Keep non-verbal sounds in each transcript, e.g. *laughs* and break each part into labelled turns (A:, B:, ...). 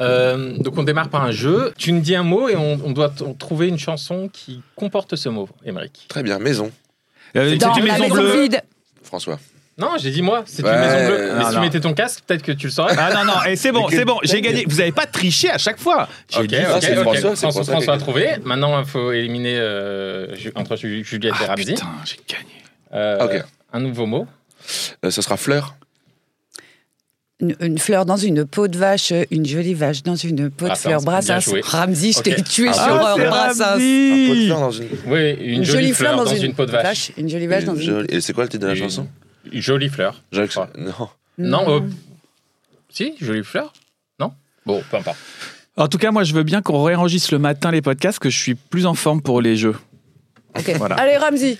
A: Euh, donc on démarre par un jeu. Tu nous dis un mot et on, on doit t- trouver une chanson qui comporte ce mot, Émeric.
B: Très bien, maison.
A: C'est
C: Dans
A: une
C: la
A: maison
C: maison
A: bleue.
C: vide.
B: François.
A: Non, j'ai dit moi, c'est une
B: Ouais,
A: maison bleue. Mais
C: non,
A: si tu
C: non.
A: mettais ton casque, peut-être que tu le saurais.
C: Ah non, non, et c'est bon, c'est bon, j'ai gagné. Vous n'avez pas triché à chaque fois. J'ai
A: Ok,
C: dit-
A: ok,
B: Ah, c'est
A: ok.
B: François, c'est
A: François,
B: François.
A: François a trouvé. Maintenant, il faut éliminer euh, Ju- entre Ju- Juliette et
C: Ah,
A: Ramzi.
C: putain, j'ai gagné.
A: Euh,
B: Ok.
A: Un nouveau mot.
B: Euh, ce sera fleur.
D: Une, une fleur dans une peau de vache, une jolie vache dans une peau de
A: Brassens, Ah,
D: fleur.
A: bien
D: Brassens,
A: joué.
D: Ramsey, je
A: Ok.
D: t'ai tué
A: Ah,
D: sur
C: Ah,
D: euh,
C: c'est
D: Brassens.
B: Un pot de
C: Ramzi.
B: fleur dans une,
A: Oui, une, jolie, fleur dans, une, peau de vache.
D: Une jolie vache dans
B: une
D: une.
B: jolie- Et c'est quoi le titre de la
A: Une-
B: chanson
A: Une jolie fleur.
B: Jacques-
A: je crois.
B: Non.
A: Non, euh, si, jolie fleur. Non Bon, peu importe.
C: En tout cas, moi, je veux bien qu'on réenregistre le matin les podcasts, que je suis plus en forme pour les jeux.
D: Ok.
C: Voilà.
D: Allez, Ramsey.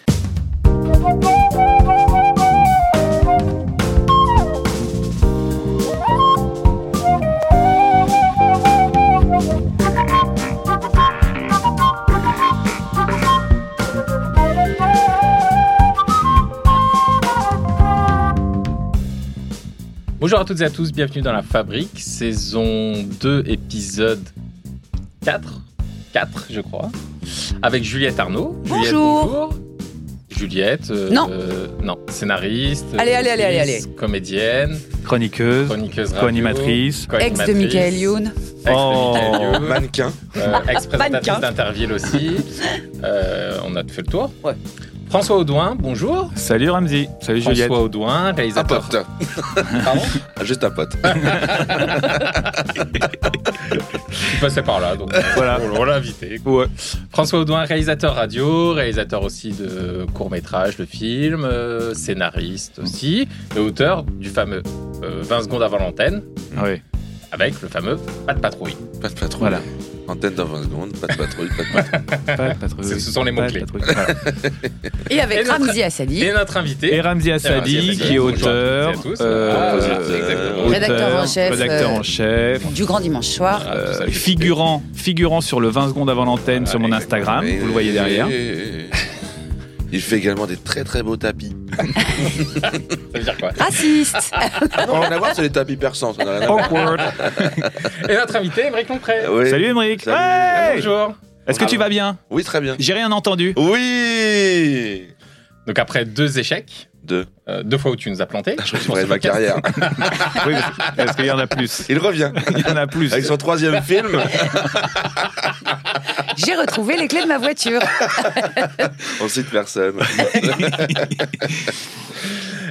A: Bonjour à toutes et à tous, bienvenue dans la Fabrique, saison 2, épisode 4, 4 je crois, avec Juliette Arnaud. Juliette,
D: Bonjour.
A: Juliette, euh,
D: Non.
A: euh, non, scénariste,
D: Allez, allez, allez, allez,
A: autrice, comédienne,
C: Chroniqueuse,
A: chroniqueuse radio,
C: co-animatrice.
D: Ex de
A: co-animatrice,
D: Michael Youn.
A: ex de Michael
C: Oh.
A: Youn,
B: Mannequin.
A: euh,
D: Mannequin.
A: ex-présentatrice d'Interville
D: *laughs*
A: aussi. Euh, on a fait le tour.
D: Ouais.
A: François Audouin, bonjour.
C: Salut Ramzi, salut Juliette. Ah,
A: François Audouin,
B: Un
A: réalisateur.
B: pote. Ah,
A: Pardon
B: Juste un pote.
A: Je passais par là, donc euh,
C: Voilà.
A: on on l'a invité.
C: Ouais.
A: François Audouin, réalisateur radio, réalisateur aussi de court-métrage, de film, euh, scénariste aussi, et auteur du fameux euh, 20 secondes avant l'antenne,
C: Ah ouais.
A: avec le fameux Pas de patrouille.
B: Pas de patrouille.
C: Voilà.
B: Antenne dans 20 secondes. Pas de patrouille. Pas de
A: *laughs*
B: patrouille.
C: Pas de patrouille.
A: Ce- ce sont les
C: Pas de
A: mots-clés.
C: patrouille. Voilà.
D: *laughs* Et
A: Et
D: avec
A: notre-
D: Ramsey Assadi,
A: Et notre invité,
C: Et Ramzi
A: Ramzi
C: Assadi,
A: Assadi,
C: qui est
A: bonjour à
C: auteur,
A: toutes et à tous.
C: euh,
A: Ah, oui, exactement.
D: Rédacteur en chef,
C: rédacteur
D: euh,
C: en chef,
D: du Grand Dimanche Soir.
A: Ah, tout ça,
C: euh,
A: c'est-
C: figurant, figurant sur le 20 secondes avant l'antenne
A: Voilà,
C: sur mon
A: exactement.
C: Instagram,
B: Mais-
C: vous le voyez derrière.
B: Il fait également des très très beaux tapis.
A: Ça veut dire quoi
D: Raciste.
B: Ah non, rien à voir, c'est les tapis persans. ça n'a rien à voir.
C: *laughs* Awkward.
A: Et notre invité, Émeric Lompré.
B: Oui.
C: Salut Émeric.
B: Salut.
C: Hey
A: Bonjour.
C: Est-ce que tu vas bien
B: Oui, très bien.
C: J'ai rien entendu.
B: Oui
A: Donc après deux échecs,
B: Deux.
A: euh, deux fois où tu nous as planté,
C: Ah,
B: Je de ma *laughs* carrière.
C: Oui, parce- parce qu'il y en a plus.
B: Il revient
C: Il y en a plus.
B: avec son troisième film.
D: J'ai retrouvé les clés de ma voiture.
B: On cite personne.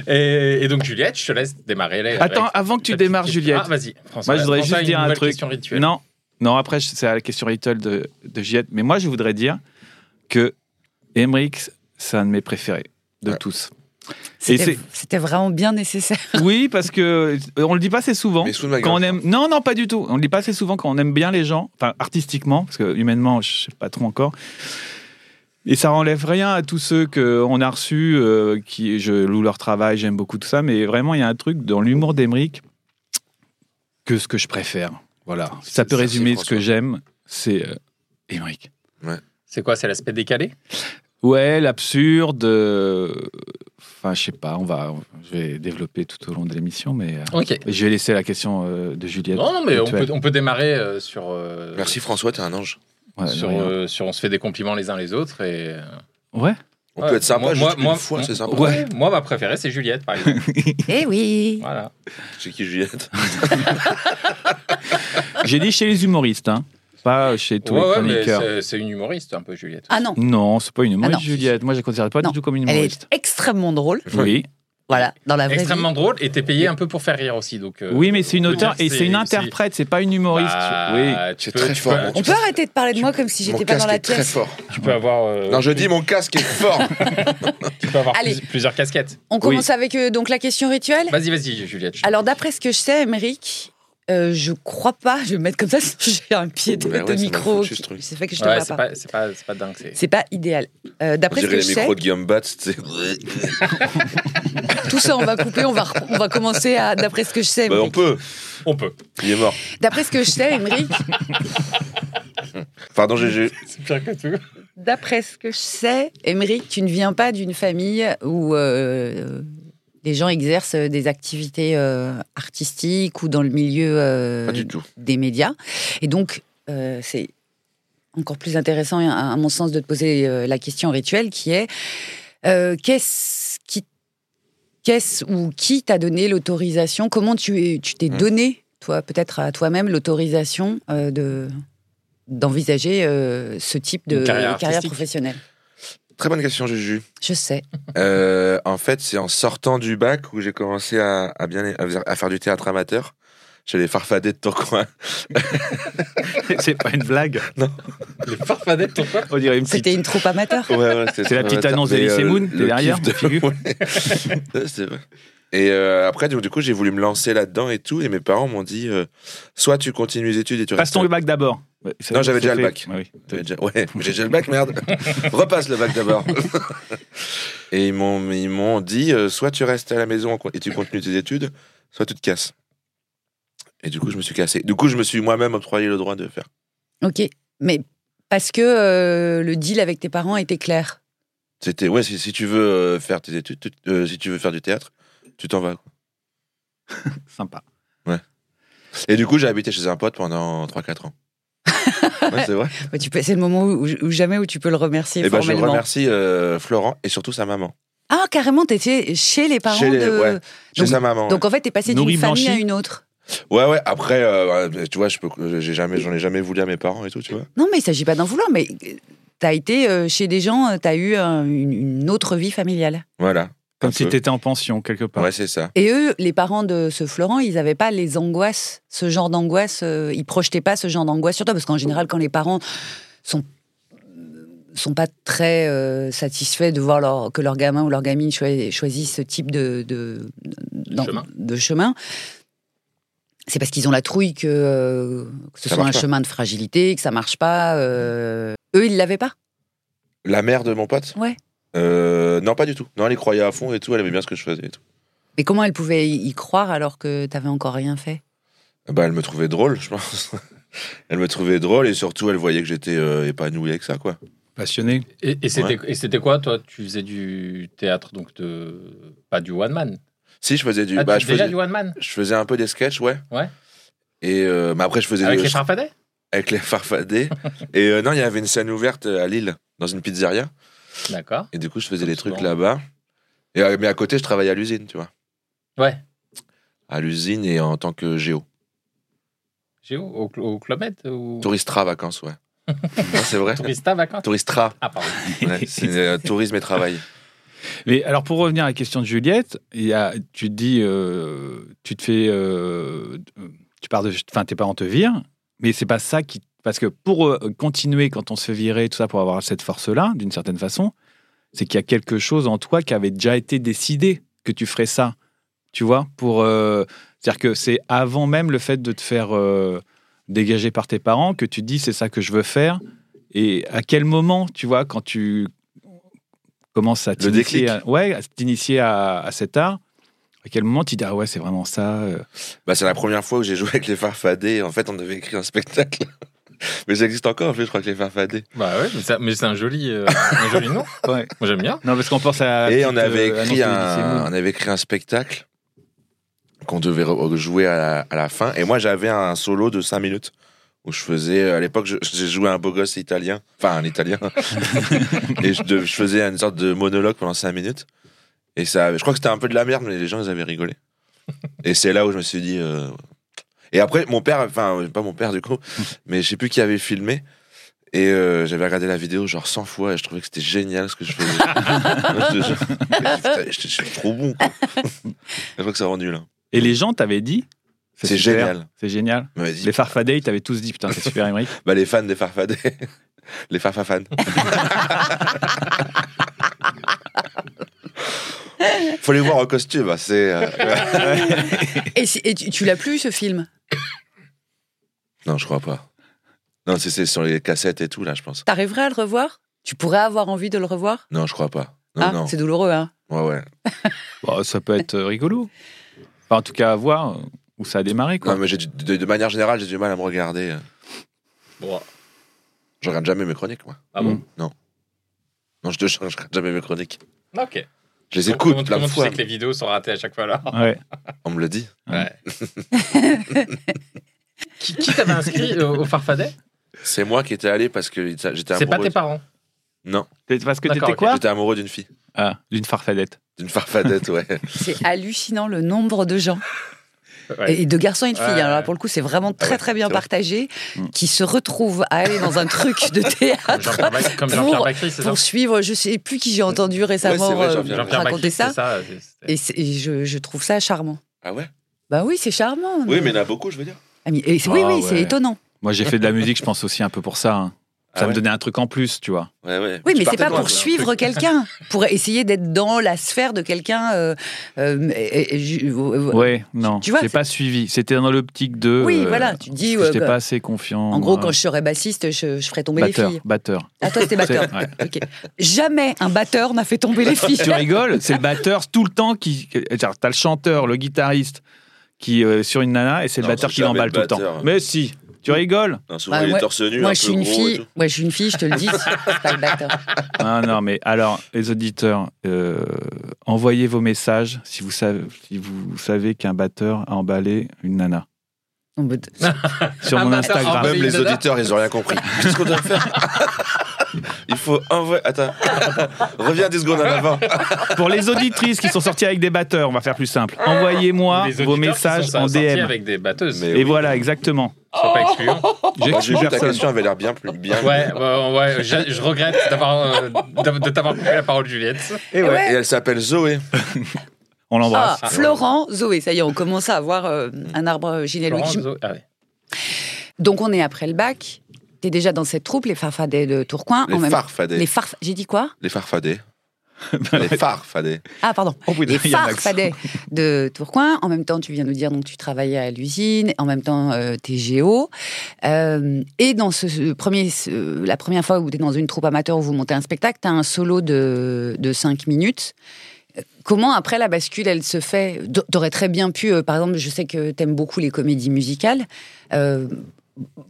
A: Et, et donc Juliette, je te laisse démarrer. là,
C: Attends,
A: avec-
C: avant que tu démarres, Juliette.
A: Ah,
D: bah,
A: vas-y, François.
C: Moi, je voudrais
A: François,
C: juste
A: une
C: dire un
A: nouvelle
C: truc.
A: question rituelle.
C: Non, non. Après, je- c'est à la question rituelle de, de Juliette. Mais moi, je voudrais dire que Emmerich, c'est un de mes préférés de
B: Ouais.
C: tous. Et
D: C'était c'était vraiment bien nécessaire.
C: Oui, parce que euh, on le dit pas assez souvent.
B: Mais sous ma
C: Quand on
B: gueule.
C: aime, non, non, pas du tout. On le dit pas assez souvent quand on aime bien les gens, enfin artistiquement, parce que humainement, je sais pas trop encore. Et ça enlève rien à tous ceux qu'on a reçus, euh, qui, je loue leur travail, j'aime beaucoup tout ça, mais vraiment, il y a un truc dans l'humour d'Emeric que ce que je préfère. Voilà. Ça peut
A: ça,
C: résumer
A: c'est
C: ce que j'aime, c'est euh, Emeric.
A: C'est quoi C'est l'aspect décalé
C: Ouais, l'absurde. euh, Enfin, je sais pas, on va, je vais développer tout au long de l'émission, mais euh,
A: Ok.
C: je vais laisser la question euh, de Juliette.
A: Non, non, mais on
C: Mutuelle.
A: peut, on peut démarrer euh, sur. euh,
B: Merci François, t'es un ange.
C: Ouais,
A: sur,
C: non, rien.
A: euh, sur on se fait des compliments les uns les autres et euh,
C: Ouais.
B: On
A: ouais,
B: peut être sympa
A: moi-
B: juste
A: moi-
B: une
A: moi-
B: fois,
A: moi-
B: c'est sympa.
A: ouais, moi ma préférée c'est Juliette par
C: *laughs*
A: exemple
D: Eh oui
A: voilà
B: C'est qui Juliette
C: J'ai dit chez les humoristes, hein, pas chez tous
A: ouais,
C: les
A: ouais, mais
C: chroniqueurs.
A: c'est- c'est une humoriste un peu Juliette
D: Ah non,
C: Non, c'est pas une humoriste,
D: Ah non.
C: Juliette. Moi, je ne considère pas
D: Non,
C: du tout comme une
D: elle est
C: humoriste.
D: extrêmement drôle.
C: Oui,
D: Voilà, dans la vraie
A: extrêmement
D: vie.
A: drôle et t'es payé un peu pour faire rire aussi donc euh,
C: oui, mais c'est une
A: on peut
C: auteure
A: dire que
C: et c'est une interprète, c'est pas une humoriste.
A: Bah,
C: oui.
A: tu
B: C'est
A: peux,
B: très
A: tu
B: fort,
A: peux-
B: mon
D: On peut arrêter de parler de moi comme si
B: Mon
D: j'étais pas dans
B: casque
D: la
B: est très
D: pièce.
B: fort.
A: tu peux avoir euh,
B: Non, je dis mon casque est fort.
A: tu peux avoir
D: Allez.
A: plus- plusieurs casquettes
D: On commence avec euh, donc la question rituelle.
B: Bah.
A: vas-y vas-y Juliette je-
D: Alors d'après ce que je sais, Emeric, euh, je crois pas. Je vais me mettre comme ça, *laughs* sinon j'ai un pied de,
B: Bah ouais,
D: de
B: ça m'a
D: micro.
B: foutu,
D: qui-
B: ce truc.
D: C'est fait que je te
A: ouais,
D: vois
A: c'est
D: pas.
A: pas c'est pas c'est pas dingue c'est
D: C'est pas idéal. Euh,
B: On
D: d'après ce
B: dirait
D: que
B: les
D: je sais,
B: micros de Guillaume Batz. tu sais.
D: tout ça on va couper, on va re- on va commencer à d'après ce que je sais.
B: *laughs* Bah, on
D: Emeric.
B: peut.
A: on peut
B: Il est mort.
D: D'après ce que je sais, Emeric,
B: Pardon, GG.
A: c'est pire que
B: *laughs*
A: tout
D: D'après ce que je sais, Émeric, tu ne viens pas d'une famille où euh, les gens exercent des activités euh, artistiques ou dans le milieu euh,
B: Pas du tout.
D: des médias. Et donc, euh, c'est encore plus intéressant, hein, à, à mon sens, de te poser euh, la question rituelle qui est euh, qu'est-ce qui. Qu'est-ce ou qui t'a donné l'autorisation Comment tu es- tu t'es
B: Mm.
D: donné, toi, peut-être à toi-même, l'autorisation euh, de d'envisager euh, ce type de
A: Une carrière
D: carrière,
A: artistique.
D: professionnelle.
B: Très bonne question, Juju.
D: Je sais.
B: Euh, en fait, c'est en sortant du bac où j'ai commencé à, à bien à faire- à faire du théâtre amateur. Chez les farfadets de ton coin.
C: c'est pas une blague.
A: les farfadettes ton
C: On dirait une petite.
D: C'était une
B: *laughs*
D: troupe amateur.
B: Ouais, ouais,
C: C'est la petite annonce
B: Mais,
C: d'Elysée
B: euh,
C: Moon,
B: le
C: t'es derrière,
B: kiff de-
C: figure.
B: *laughs* Ouais, c'est vrai. Et euh, après, donc, du coup, j'ai voulu me lancer là-dedans et tout. Et mes parents m'ont dit euh, soit tu continues les études et tu
C: Passe
B: restes.
C: ton bac d'abord. Ouais, ça-
B: Non, j'avais
C: Ah, ça
B: déjà le
C: fait-
B: bac.
C: Ouais, oui.
B: T'avais déjà-
C: *laughs*
B: Ouais, mais j'ai déjà le bac, merde. Repasse le bac d'abord. *laughs* et ils m'ont, ils m'ont dit euh, soit tu restes à la maison et tu continues tes études, soit tu te casses. Et du coup, je me suis cassé. Du coup, je me suis moi-même octroyé le droit de faire.
D: Ok, mais parce que euh, le deal avec tes parents était clair.
B: C'était ouais, si, si tu veux euh, faire tes études, tu- euh, si tu veux faire du théâtre, tu t'en vas. quoi.
C: Sympa.
B: Et du coup, j'ai habité chez un pote pendant 3-4
D: *laughs*
B: ans. Ouais, c'est vrai.
D: Ouais, tu peux- C'est le moment où, où- où jamais où tu peux le remercier
B: Et ben, je
D: formellement.
B: remercie euh, Florent et surtout sa maman.
D: Ah, carrément, t'étais chez les parents
B: Chez les-
D: de.
B: ouais, Chez
D: Donc-
B: sa maman.
D: Donc en fait, t'es passé
C: Nourri
D: d'une famille à
C: Blanchi.
D: une autre.
B: Ouais, ouais. Après, euh, ouais, tu vois, je peux, j'ai jamais, j'en ai jamais voulu à mes parents et tout, tu vois.
D: Non, mais il s'agit pas d'en vouloir, mais euh, t'as été euh, chez des gens, euh, t'as eu un- une, une autre vie familiale.
B: Voilà.
C: Comme
B: Un
C: si
B: peu.
C: t'étais en pension quelque part.
B: Ouais, c'est ça.
D: Et eux, les parents de ce Florent, ils n'avaient pas les angoisses, ce genre d'angoisse, euh, ils projetaient pas ce genre d'angoisse sur toi, parce qu'en général, quand les parents sont sont pas très euh, satisfaits de voir leur- que leur gamin ou leur gamine choi- choisisse ce type de de, d'en-
A: Chemin.
D: de chemin. C'est parce qu'ils ont la trouille que, euh, que ce
B: Ça
D: soit un
B: marche pas.
D: chemin de fragilité, que ça marche pas. euh, Eux, ils l'avaient pas.
B: La mère de mon pote.
D: Ouais.
B: Euh, non, pas du tout. Non, elle y croyait à fond et tout. Elle aimait bien ce que je faisais et tout.
D: Mais comment ils pouvaient y y croire alors que t'avais encore rien fait
B: Bah, elle me trouvait drôle, je pense. *laughs* elle me trouvait drôle et surtout, elle voyait que j'étais euh, épanoui avec ça, quoi.
C: Passionné.
A: et, et c'était et c'était quoi toi tu faisais du théâtre donc de pas du one man
B: Si, je faisais du,
A: Ah,
B: bah,
A: tu-
B: je
A: déjà
B: faisais,
A: du one man
B: je faisais un peu des sketchs, ouais.
A: Ouais.
B: Et euh, mais après, je faisais
A: avec
B: le-
A: les farfadets
B: avec les farfadets. et euh, non, il y avait une scène ouverte euh, à Lille, dans une pizzeria.
A: d'accord
B: Et du coup, je faisais
A: Comme
B: des trucs
A: souvent.
B: là-bas. Et, euh, mais à côté, je travaillais à l'usine, tu vois.
A: ouais
B: À l'usine et en tant que géo.
A: j'ai où au, au Club Med ou
B: Tourista vacances, ouais. Non, c'est vrai.
A: Tourista vacances
B: Touristra.
A: ah pardon
B: Ouais, c'est euh, tourisme et travail.
C: Mais alors, pour revenir à la question de Juliette, il y a, tu te dis, euh, tu te fais, euh, tu pars de, enfin, tes parents te virent, mais c'est pas ça qui, parce que pour euh, continuer quand on se fait virer, tout ça, pour avoir cette force-là, d'une certaine façon, c'est qu'il y a quelque chose en toi qui avait déjà été décidé que tu ferais ça, tu vois, pour, euh, c'est-à-dire que c'est avant même le fait de te faire euh, dégager par tes parents que tu te dis c'est ça que je veux faire. Et à quel moment, tu vois, quand tu commences à
B: déclic.
C: t'initier à, ouais, à t'initier à, à cet art, à quel moment tu dis ah ouais c'est vraiment ça euh.
B: Bah, c'est la première fois où j'ai joué avec les farfadés. En fait, on avait écrit un spectacle. *laughs* Mais ça existe encore, en fait, je crois que les farfadés.
A: Bah ouais, mais, ça- mais c'est un joli, euh, un joli nom.
C: Ouais.
A: Moi j'aime bien.
C: Non parce qu'on pense à la
B: Et
C: petite,
B: on avait,
C: euh,
B: écrit
C: annonce de Odyssey
B: un,
C: Moon.
B: on avait écrit un spectacle qu'on devait re- jouer à la, à la fin. Et moi, j'avais un solo de 5 minutes où je faisais. À l'époque, je- j'ai joué un beau gosse italien. Enfin, un
C: *laughs*
B: italien. *laughs* et je, de- je faisais une sorte de monologue pendant 5 minutes. Et ça, avait- je crois que c'était un peu de la merde, mais les gens, ils avaient rigolé. Et c'est là où je me suis dit. euh, Et après, mon père, enfin, pas mon père du coup, mais je sais plus qui avait filmé. Et euh, j'avais regardé la vidéo genre 100 fois et je trouvais que c'était génial ce que je
C: *laughs*
B: faisais. Je te jure. Putain,
A: Euh.
B: je, je suis trop bon.
A: *laughs*
B: Quoi. je crois que ça rend nul. hein.
C: Et les gens t'avaient dit
B: C'est
C: super,
B: génial.
C: c'est génial.
B: Mais vas-y.
C: Les farfadets ils t'avaient tous dit putain c'est super Émeric.
B: Bah, les fans des farfadets. *laughs* les farfafans.
A: *laughs*
B: Faut les voir en costume. hein, C'est. euh,
D: *laughs* Et, si- et tu, tu l'as plus, ce film
B: non, je crois pas. Non, c'est- c'est sur les cassettes et tout là, je pense.
D: T'arriverais à le revoir Tu pourrais avoir envie de le revoir
B: Non, je crois pas. Non,
D: Ah,
B: non.
D: c'est douloureux, hein
B: Ouais, ouais.
C: Bon, Bah, ça peut être euh, rigolo. Enfin, en tout cas à voir où ça a démarré quoi.
B: Non, mais j'ai du- de, de manière générale, j'ai du mal à me regarder. euh.
A: Bon,
B: Je regarde jamais mes chroniques, moi.
A: ah bon.
C: Mm.
B: Non, je te jure, je regarde jamais mes chroniques.
A: Ok.
B: Je les
A: Comment-
B: écoute plein de
A: Comment tu
B: fois.
A: sais que les vidéos sont ratées à chaque fois là
C: Ouais.
B: On me le dit.
A: Ouais. *laughs* qui qui t'avait inscrit euh, au Farfadet
B: C'est moi qui étais allé parce que j'étais
A: C'est pas
B: amoureux.
A: tes parents.
B: Non,
C: T'es- Parce que
A: D'accord,
C: t'étais
A: ok.
C: quoi
B: j'étais amoureux d'une fille.
C: Ah, d'une farfadette.
B: D'une farfadette, ouais.
D: C'est hallucinant le nombre de gens,
A: Ouais.
D: et de garçons et de filles.
A: Ouais.
D: Alors là, pour le coup, c'est vraiment très très bien
B: c'est vrai.
D: partagé, qui se retrouvent à aller dans un truc de
A: Comme
D: théâtre
A: Jean-Pierre Bacri, comme Jean-Pierre
D: pour-
A: Bacri, c'est ça
D: pour suivre. Je sais plus qui j'ai entendu récemment
B: vrai,
D: euh,
B: Jean-Pierre
A: Jean-Pierre
D: raconter
A: Bacri,
D: ça.
A: c'est ça. c'est- c'est-
D: Et, c'est- et je, je trouve ça charmant.
B: Ah ouais
D: Bah oui, c'est charmant.
B: Oui, mais il y en a beaucoup, je veux dire.
D: Ah, mais- et c'est- oui,
C: Ah
D: oui, c'est
C: ouais.
D: étonnant.
C: Moi, j'ai fait de la musique, je pense aussi un peu pour ça. hein.
B: Ah
C: Ça me
B: ouais
C: donnait un truc en plus, tu vois.
B: Ouais, ouais.
D: Oui,
B: Tu
D: mais c'est
B: partais
D: pas
B: loin,
D: pour
B: toi.
D: suivre quelqu'un, pour essayer d'être dans la sphère de quelqu'un. euh, euh, et- et- ju- euh,
C: Ouais, non.
D: Tu vois,
C: j'ai
D: c'est-
C: pas suivi. C'était dans l'optique de.
D: Oui,
C: euh,
D: voilà, tu te
C: parce
D: dis.
C: que
D: ouais,
C: J'étais
D: bah,
C: pas Bah assez confiant.
D: en gros,
C: moi.
D: quand je serai bassiste, je, je ferai tomber
C: batteur,
D: les filles.
C: batteur.
D: Ah, toi, c'était batteur.
C: C'est- ouais.
D: Ok. Jamais un batteur n'a fait
C: *laughs*
D: tomber les filles.
C: tu rigoles, c'est le batteur tout le temps qui. genre, T'as le chanteur, le guitariste qui euh, sur une nana et c'est le
B: Non,
C: batteur
B: c'est
C: qui
B: jamais le
C: l'emballe tout le
B: batteur. hein.
C: temps. Mais si, tu rigoles.
B: Non, souvent,
D: Ouais,
B: il est
D: Bah, moi-
B: torse nu,
D: Moi,
B: un
D: je
B: peu
D: suis une
B: gros et
D: fille.
B: tout.
D: Moi, je suis une fille. Je
B: *laughs*
D: te le dis, c'est pas le batteur.
C: Ah non, mais alors, les auditeurs, euh, envoyez vos messages si vous savez, si vous savez qu'un batteur a emballé une nana
D: Non, mais t-
C: sur
A: Un
C: mon
A: batteur a
C: Instagram.
A: emballé
B: Même les
A: Dada
B: auditeurs, ils ont rien compris. *laughs* Qu'est-ce qu'on doit faire Il faut envoyer. Attends, reviens 10 secondes en avant.
C: Pour les auditrices qui sont sorties avec des batteurs, on va faire plus simple. Envoyez-moi
A: Les
C: vos
A: auditeurs qui
C: messages
A: sont
C: en
A: sortis
C: DM.
A: avec euh, des batteuses.
B: Mais-
C: Et
B: oui.
C: voilà, exactement.
A: Sois pas excluant.
B: Moi, je
C: J'exclus
B: jure, ta question
C: personne.
B: avait l'air bien plus. Bien
A: *laughs* Ouais, ouais, ouais, je, je regrette d'avoir euh, de, de t'avoir coupé la parole, Juliette.
B: Et, ouais. et elle s'appelle Zoé.
C: On l'embrasse.
D: Ah, Florent, Zoé, ça y est, on commence à avoir euh, un arbre
A: Laurent,
D: généalogique.
A: Zo- ah ouais.
D: Donc on est après le bac. T'es déjà dans cette troupe, les farfadets de Tourcoing. en
B: Les
D: même-
B: farfadets.
D: Oh, Les
B: Les,
D: farf... J'ai dit quoi
B: farfadets.
C: *laughs*
B: les farfadets.
D: Ah pardon.
C: Oh, putain,
D: les
C: il y a un accent.
D: farfadets de Tourcoing. En même temps, tu viens nous dire donc tu travaillais à l'usine. En même temps, euh, t'es géo. Euh, et dans ce, ce premier, ce- la première fois où t'es dans une troupe amateur où vous montez un spectacle, t'as un solo de de cinq minutes. Comment après la bascule elle se fait D- T'aurais très bien pu, euh, par exemple, je sais que t'aimes beaucoup les comédies musicales. Euh,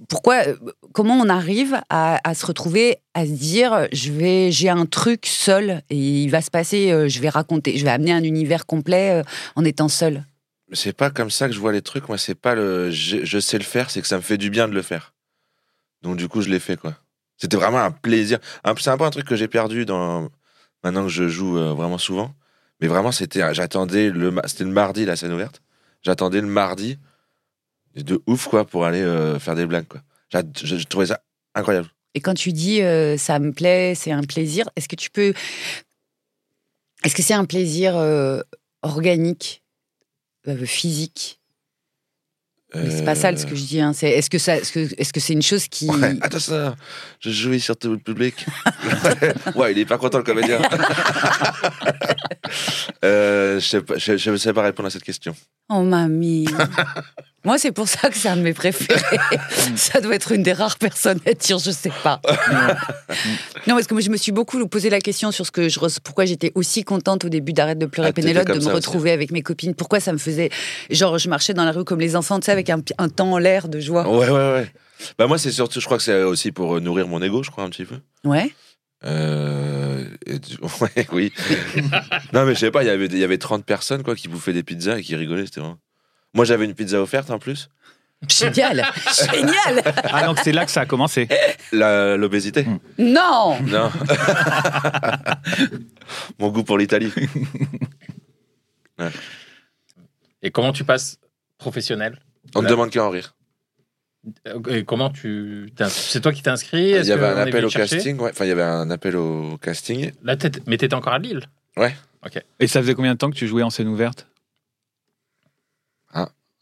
D: pourquoi euh, Comment on arrive à, à se retrouver, à se dire, je vais, j'ai un truc seul et il va se passer, euh, je vais raconter, je vais amener un univers complet euh, en étant seul.
B: Mais C'est pas comme ça que je vois les trucs. Moi, c'est pas le je, je sais le faire, c'est que ça me fait du bien de le faire. Donc, du coup, je l'ai fait, quoi. C'était vraiment un plaisir. Un- C'est un peu un truc que j'ai perdu dans maintenant que je joue euh, vraiment souvent. Mais vraiment, c'était j'attendais le ma- c'était le mardi la scène ouverte. J'attendais le mardi de ouf quoi pour aller euh, faire des blagues quoi. J'a- Je, je trouvais ça incroyable.
D: Et quand tu dis euh, ça me plaît, c'est un plaisir, est-ce que tu peux. Est-ce que c'est un plaisir euh, organique, euh, physique Mais C'est pas
B: Euh,
D: sale ce que je dis. hein, c'est- Est-ce que ça, est-ce que est-ce que c'est une chose qui.
B: Ouais, attends ça, je jouis sur tout le public. ouais, il est pas content le comédien. *laughs* euh, je sais pas, je, je sais pas répondre à cette question.
D: Oh mamie Moi, c'est pour ça que c'est un de
B: *laughs*
D: mes préférés. ça doit être une des rares personnes à dire je sais
B: *laughs*
D: pas. non, parce que moi, je me suis beaucoup posé la question sur ce que je re- pourquoi j'étais aussi contente au début d'arrête de pleurer
B: Ah, t'étais
D: Pénélope, de
B: comme
D: me
B: ça aussi.
D: retrouver avec mes copines. Pourquoi ça me faisait genre je marchais dans la rue comme les enfants, tu sais, avec un, un temps en l'air de joie.
B: Ouais, ouais, ouais. Bah, moi, c'est surtout, je crois que c'est aussi pour euh, nourrir mon ego, je crois, un petit peu.
D: Ouais.
B: Euh, et du- *laughs* ouais, oui. non, mais je sais pas, il y avait- il y avait 30 personnes quoi, qui bouffaient des pizzas et qui rigolaient, c'était vraiment. Moi, j'avais une pizza offerte en plus. *laughs*
D: Génial, génial.
C: Ah, donc c'est là que ça a commencé.
B: La- L'obésité
D: Non.
B: Non. *laughs* Mon goût pour l'Italie.
A: Et comment tu passes professionnel
B: On
A: Voilà.
B: ne demande qu'à en rire.
A: Et comment tu t'ins- C'est toi qui t'es inscrit
B: Ah, Il
A: Est-ce
B: y avait
A: qu'on
B: un
A: est venu
B: appel
A: te
B: au
A: chercher
B: casting. ouais. Enfin, il y avait un appel au casting.
A: Là, t'étais- mais t'étais encore à Lille.
C: Et ça faisait combien de temps que tu jouais en scène ouverte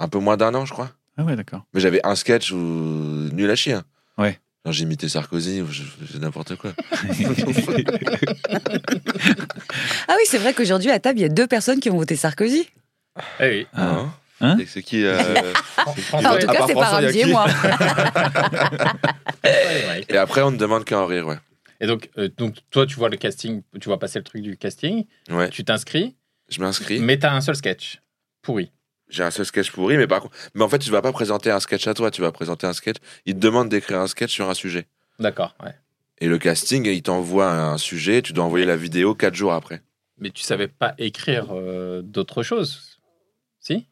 B: Un peu moins d'un an, je crois.
C: Ah ouais, d'accord.
B: Mais j'avais un sketch où nul à chier. hein.
C: Ouais.
B: Genre, j'imitais Sarkozy ou je je faisais n'importe quoi.
D: Ah oui, c'est vrai qu'aujourd'hui à table, il y a deux personnes qui ont voté Sarkozy.
A: Eh oui.
C: Ah.
B: Hein
C: Hein
B: C'est- C'est qui euh,
A: François-
D: Enfin, en tout
B: à
D: cas,
B: part
D: c'est pas
B: François, il y a
D: Ramsey et
B: qui
D: moi.
B: Eh.
A: François Lévesque.
B: Et après, on ne demande qu'à en rire, ouais.
A: Et donc, euh, donc, toi, tu vois le casting, tu vois passer le truc du casting,
B: ouais.
A: tu t'inscris,
B: Je m'inscris.
A: mais t'as un seul sketch pourri.
B: J'ai un seul sketch pourri, mais par contre. Mais en fait, tu vas pas présenter un sketch à toi, tu vas présenter un sketch. Ils te demandent d'écrire un sketch sur un sujet.
A: D'accord. Ouais.
B: Et le casting, il t'envoie un sujet, tu dois envoyer la vidéo quatre jours après.
A: Mais tu savais pas écrire euh, d'autre chose, si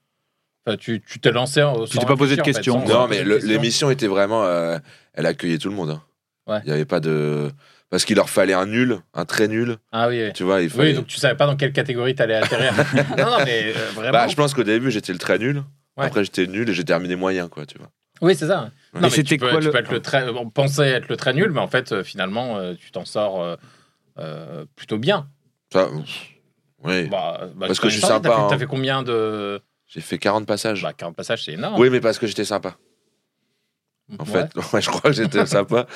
A: Enfin, tu, tu t'es lancé. en-
C: Tu
A: sans
C: t'es pas posé de
A: réfléchir, en fait,
C: questions.
A: sans-
C: Ouais,
B: non,
A: sans
B: mais
A: poser de
B: le-
A: questions.
B: l'émission était vraiment. euh, elle accueillait tout le monde. hein. Il
A: Ouais.
B: n'y avait pas de. Parce qu'il leur fallait un nul, un très nul.
A: Ah oui. oui.
B: Tu vois, il
A: Oui,
B: fallait.
A: donc tu savais pas dans quelle catégorie t'allais
B: *laughs*
A: atterrir. non, non, mais euh, vraiment.
B: Bah, je pense qu'au début, j'étais le très nul.
A: Ouais.
B: Après, j'étais nul et j'ai terminé moyen, quoi, tu vois.
A: Oui, c'est ça.
C: Mais
A: Non, mais
C: c'était
A: tu peux,
C: quoi
A: tu
C: le-
A: peux être le très, on pensait être le très nul, mais en fait, euh, finalement, euh, tu t'en sors euh, euh, plutôt bien.
B: Ça, pff, oui.
A: Bah, bah,
B: Parce
A: quand
B: que je suis
A: même,
B: sympa,
A: T'as fait,
B: hein.
A: t'as fait combien de.
B: J'ai fait 40 passages.
A: Bah, 40 passages, c'est énorme.
B: oui, mais parce que j'étais sympa. En
A: Ouais.
B: fait, *laughs* ouais, je crois que
A: *laughs*
B: j'étais sympa.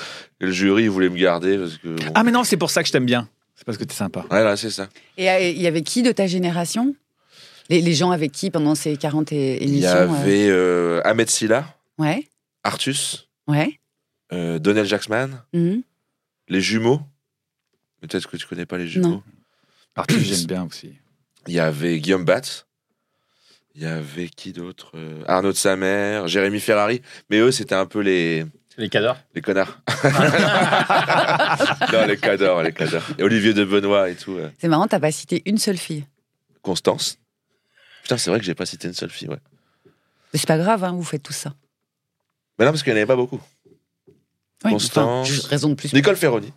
B: Et le jury, il voulait me garder parce que. bon.
C: Ah, mais non, c'est pour ça que je t'aime bien. C'est parce que t'es sympa.
B: Ouais, là, c'est ça.
D: Et euh, il y avait qui de ta génération les, les gens avec qui pendant ces 40 é-
B: Il y
D: émissions euh,
B: avait euh, Ahmed Silla,
D: Ouais,
B: Artus,
D: ouais.
B: euh, Donald Jacksman,
D: mhm.
B: les jumeaux. Peut-être que tu connais pas les jumeaux.
D: Non.
C: Arthur, j'aime bien aussi.
B: Il y avait Guillaume Batz. Il y avait qui d'autre Euh, Arnaud de sa mère, Jérémy Ferrari. Mais eux, c'était un peu les,
A: Les cadors.
B: les
D: *laughs*
B: connards. non, les cadors, les cadors. Et Olivier de Benoît et tout. euh.
D: C'est marrant, t'as pas cité une seule fille.
B: Constance. Putain, c'est vrai que j'ai pas cité une seule fille, ouais.
D: Mais c'est pas grave, hein, vous faites tout ça.
B: Mais non, parce qu'il n'y en avait pas beaucoup.
D: Oui,
B: Constance.
D: enfin, juste raison de plus.
B: Nicole Ferroni.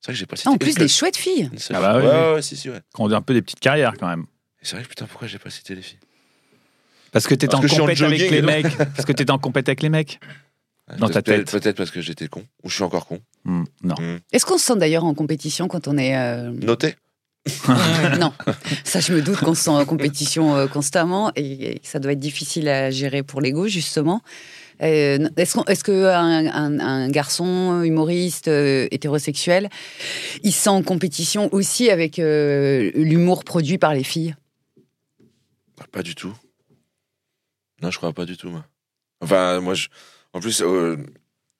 B: C'est vrai que j'ai pas cité
D: Ah, en plus,
B: une
D: des chouettes filles.
B: une seule
C: Ah bah
B: fille.
C: oui,
B: ouais,
C: oui.
B: ouais, si, si, ouais.
C: Qu'on a un peu des petites carrières quand même.
B: Et C'est vrai que putain, pourquoi j'ai pas cité les filles
C: Parce que t'étais
B: Parce
C: en
B: que je suis en
C: compète avec
B: jogging,
C: les
B: et
C: mecs. Parce que t'étais en compète avec les mecs. Dans
B: Peut-être-
C: ta tête.
B: Peut-être parce que j'étais con, ou je suis encore con.
C: Hmm, non.
D: Est-ce qu'on se sent d'ailleurs en compétition quand on est. euh,
B: Noté.
D: non, ça je me doute qu'on se sent en compétition euh, constamment et, et que ça doit être difficile à gérer pour l'ego justement. Euh, est-ce, qu'on- est-ce que un, un- un garçon humoriste euh, hétérosexuel, il se sent en compétition aussi avec euh, l'humour produit par les filles
B: Bah, Pas du tout. Non, je crois pas du tout, moi. Enfin, moi, je... en plus, euh,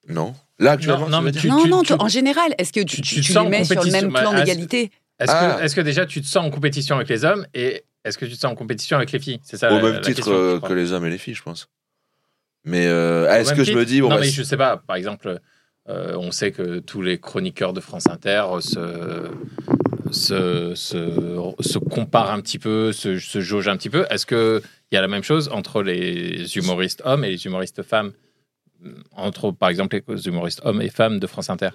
B: non. Là,
A: Non,
B: actuellement,
A: non,
B: tu veux
A: mais
B: dire
A: Tu-
D: Non,
A: tu-
D: non.
A: tu-
D: t- en général, est-ce que
A: tu
D: tu,
A: te
D: tu-
A: sens
D: tu
A: en
D: les mets sur le
A: compétition
D: même
A: Bah,
D: plan
A: est-ce-
D: d'égalité
A: Est-ce
B: Ah.
A: que, est-ce que déjà tu te sens en compétition avec les hommes et est-ce que tu te sens en compétition avec les filles C'est ça
B: au
A: la-
B: même
A: la
B: titre
A: question,
B: euh,
A: je crois.
B: que les hommes et les filles, je pense. Mais euh,
A: Au
B: ah, est-ce
A: même
B: que je
A: titre
B: me dis, bon,
A: non,
B: bah,
A: mais
B: si-
A: je sais pas. Par exemple, euh, on sait que tous les chroniqueurs de France Inter se, se, se, se comparent un petit peu, se, se jaugent un petit peu. Est-ce qu'il y a la même chose entre les humoristes hommes et les humoristes femmes Entre, par exemple, les humoristes hommes et femmes de France Inter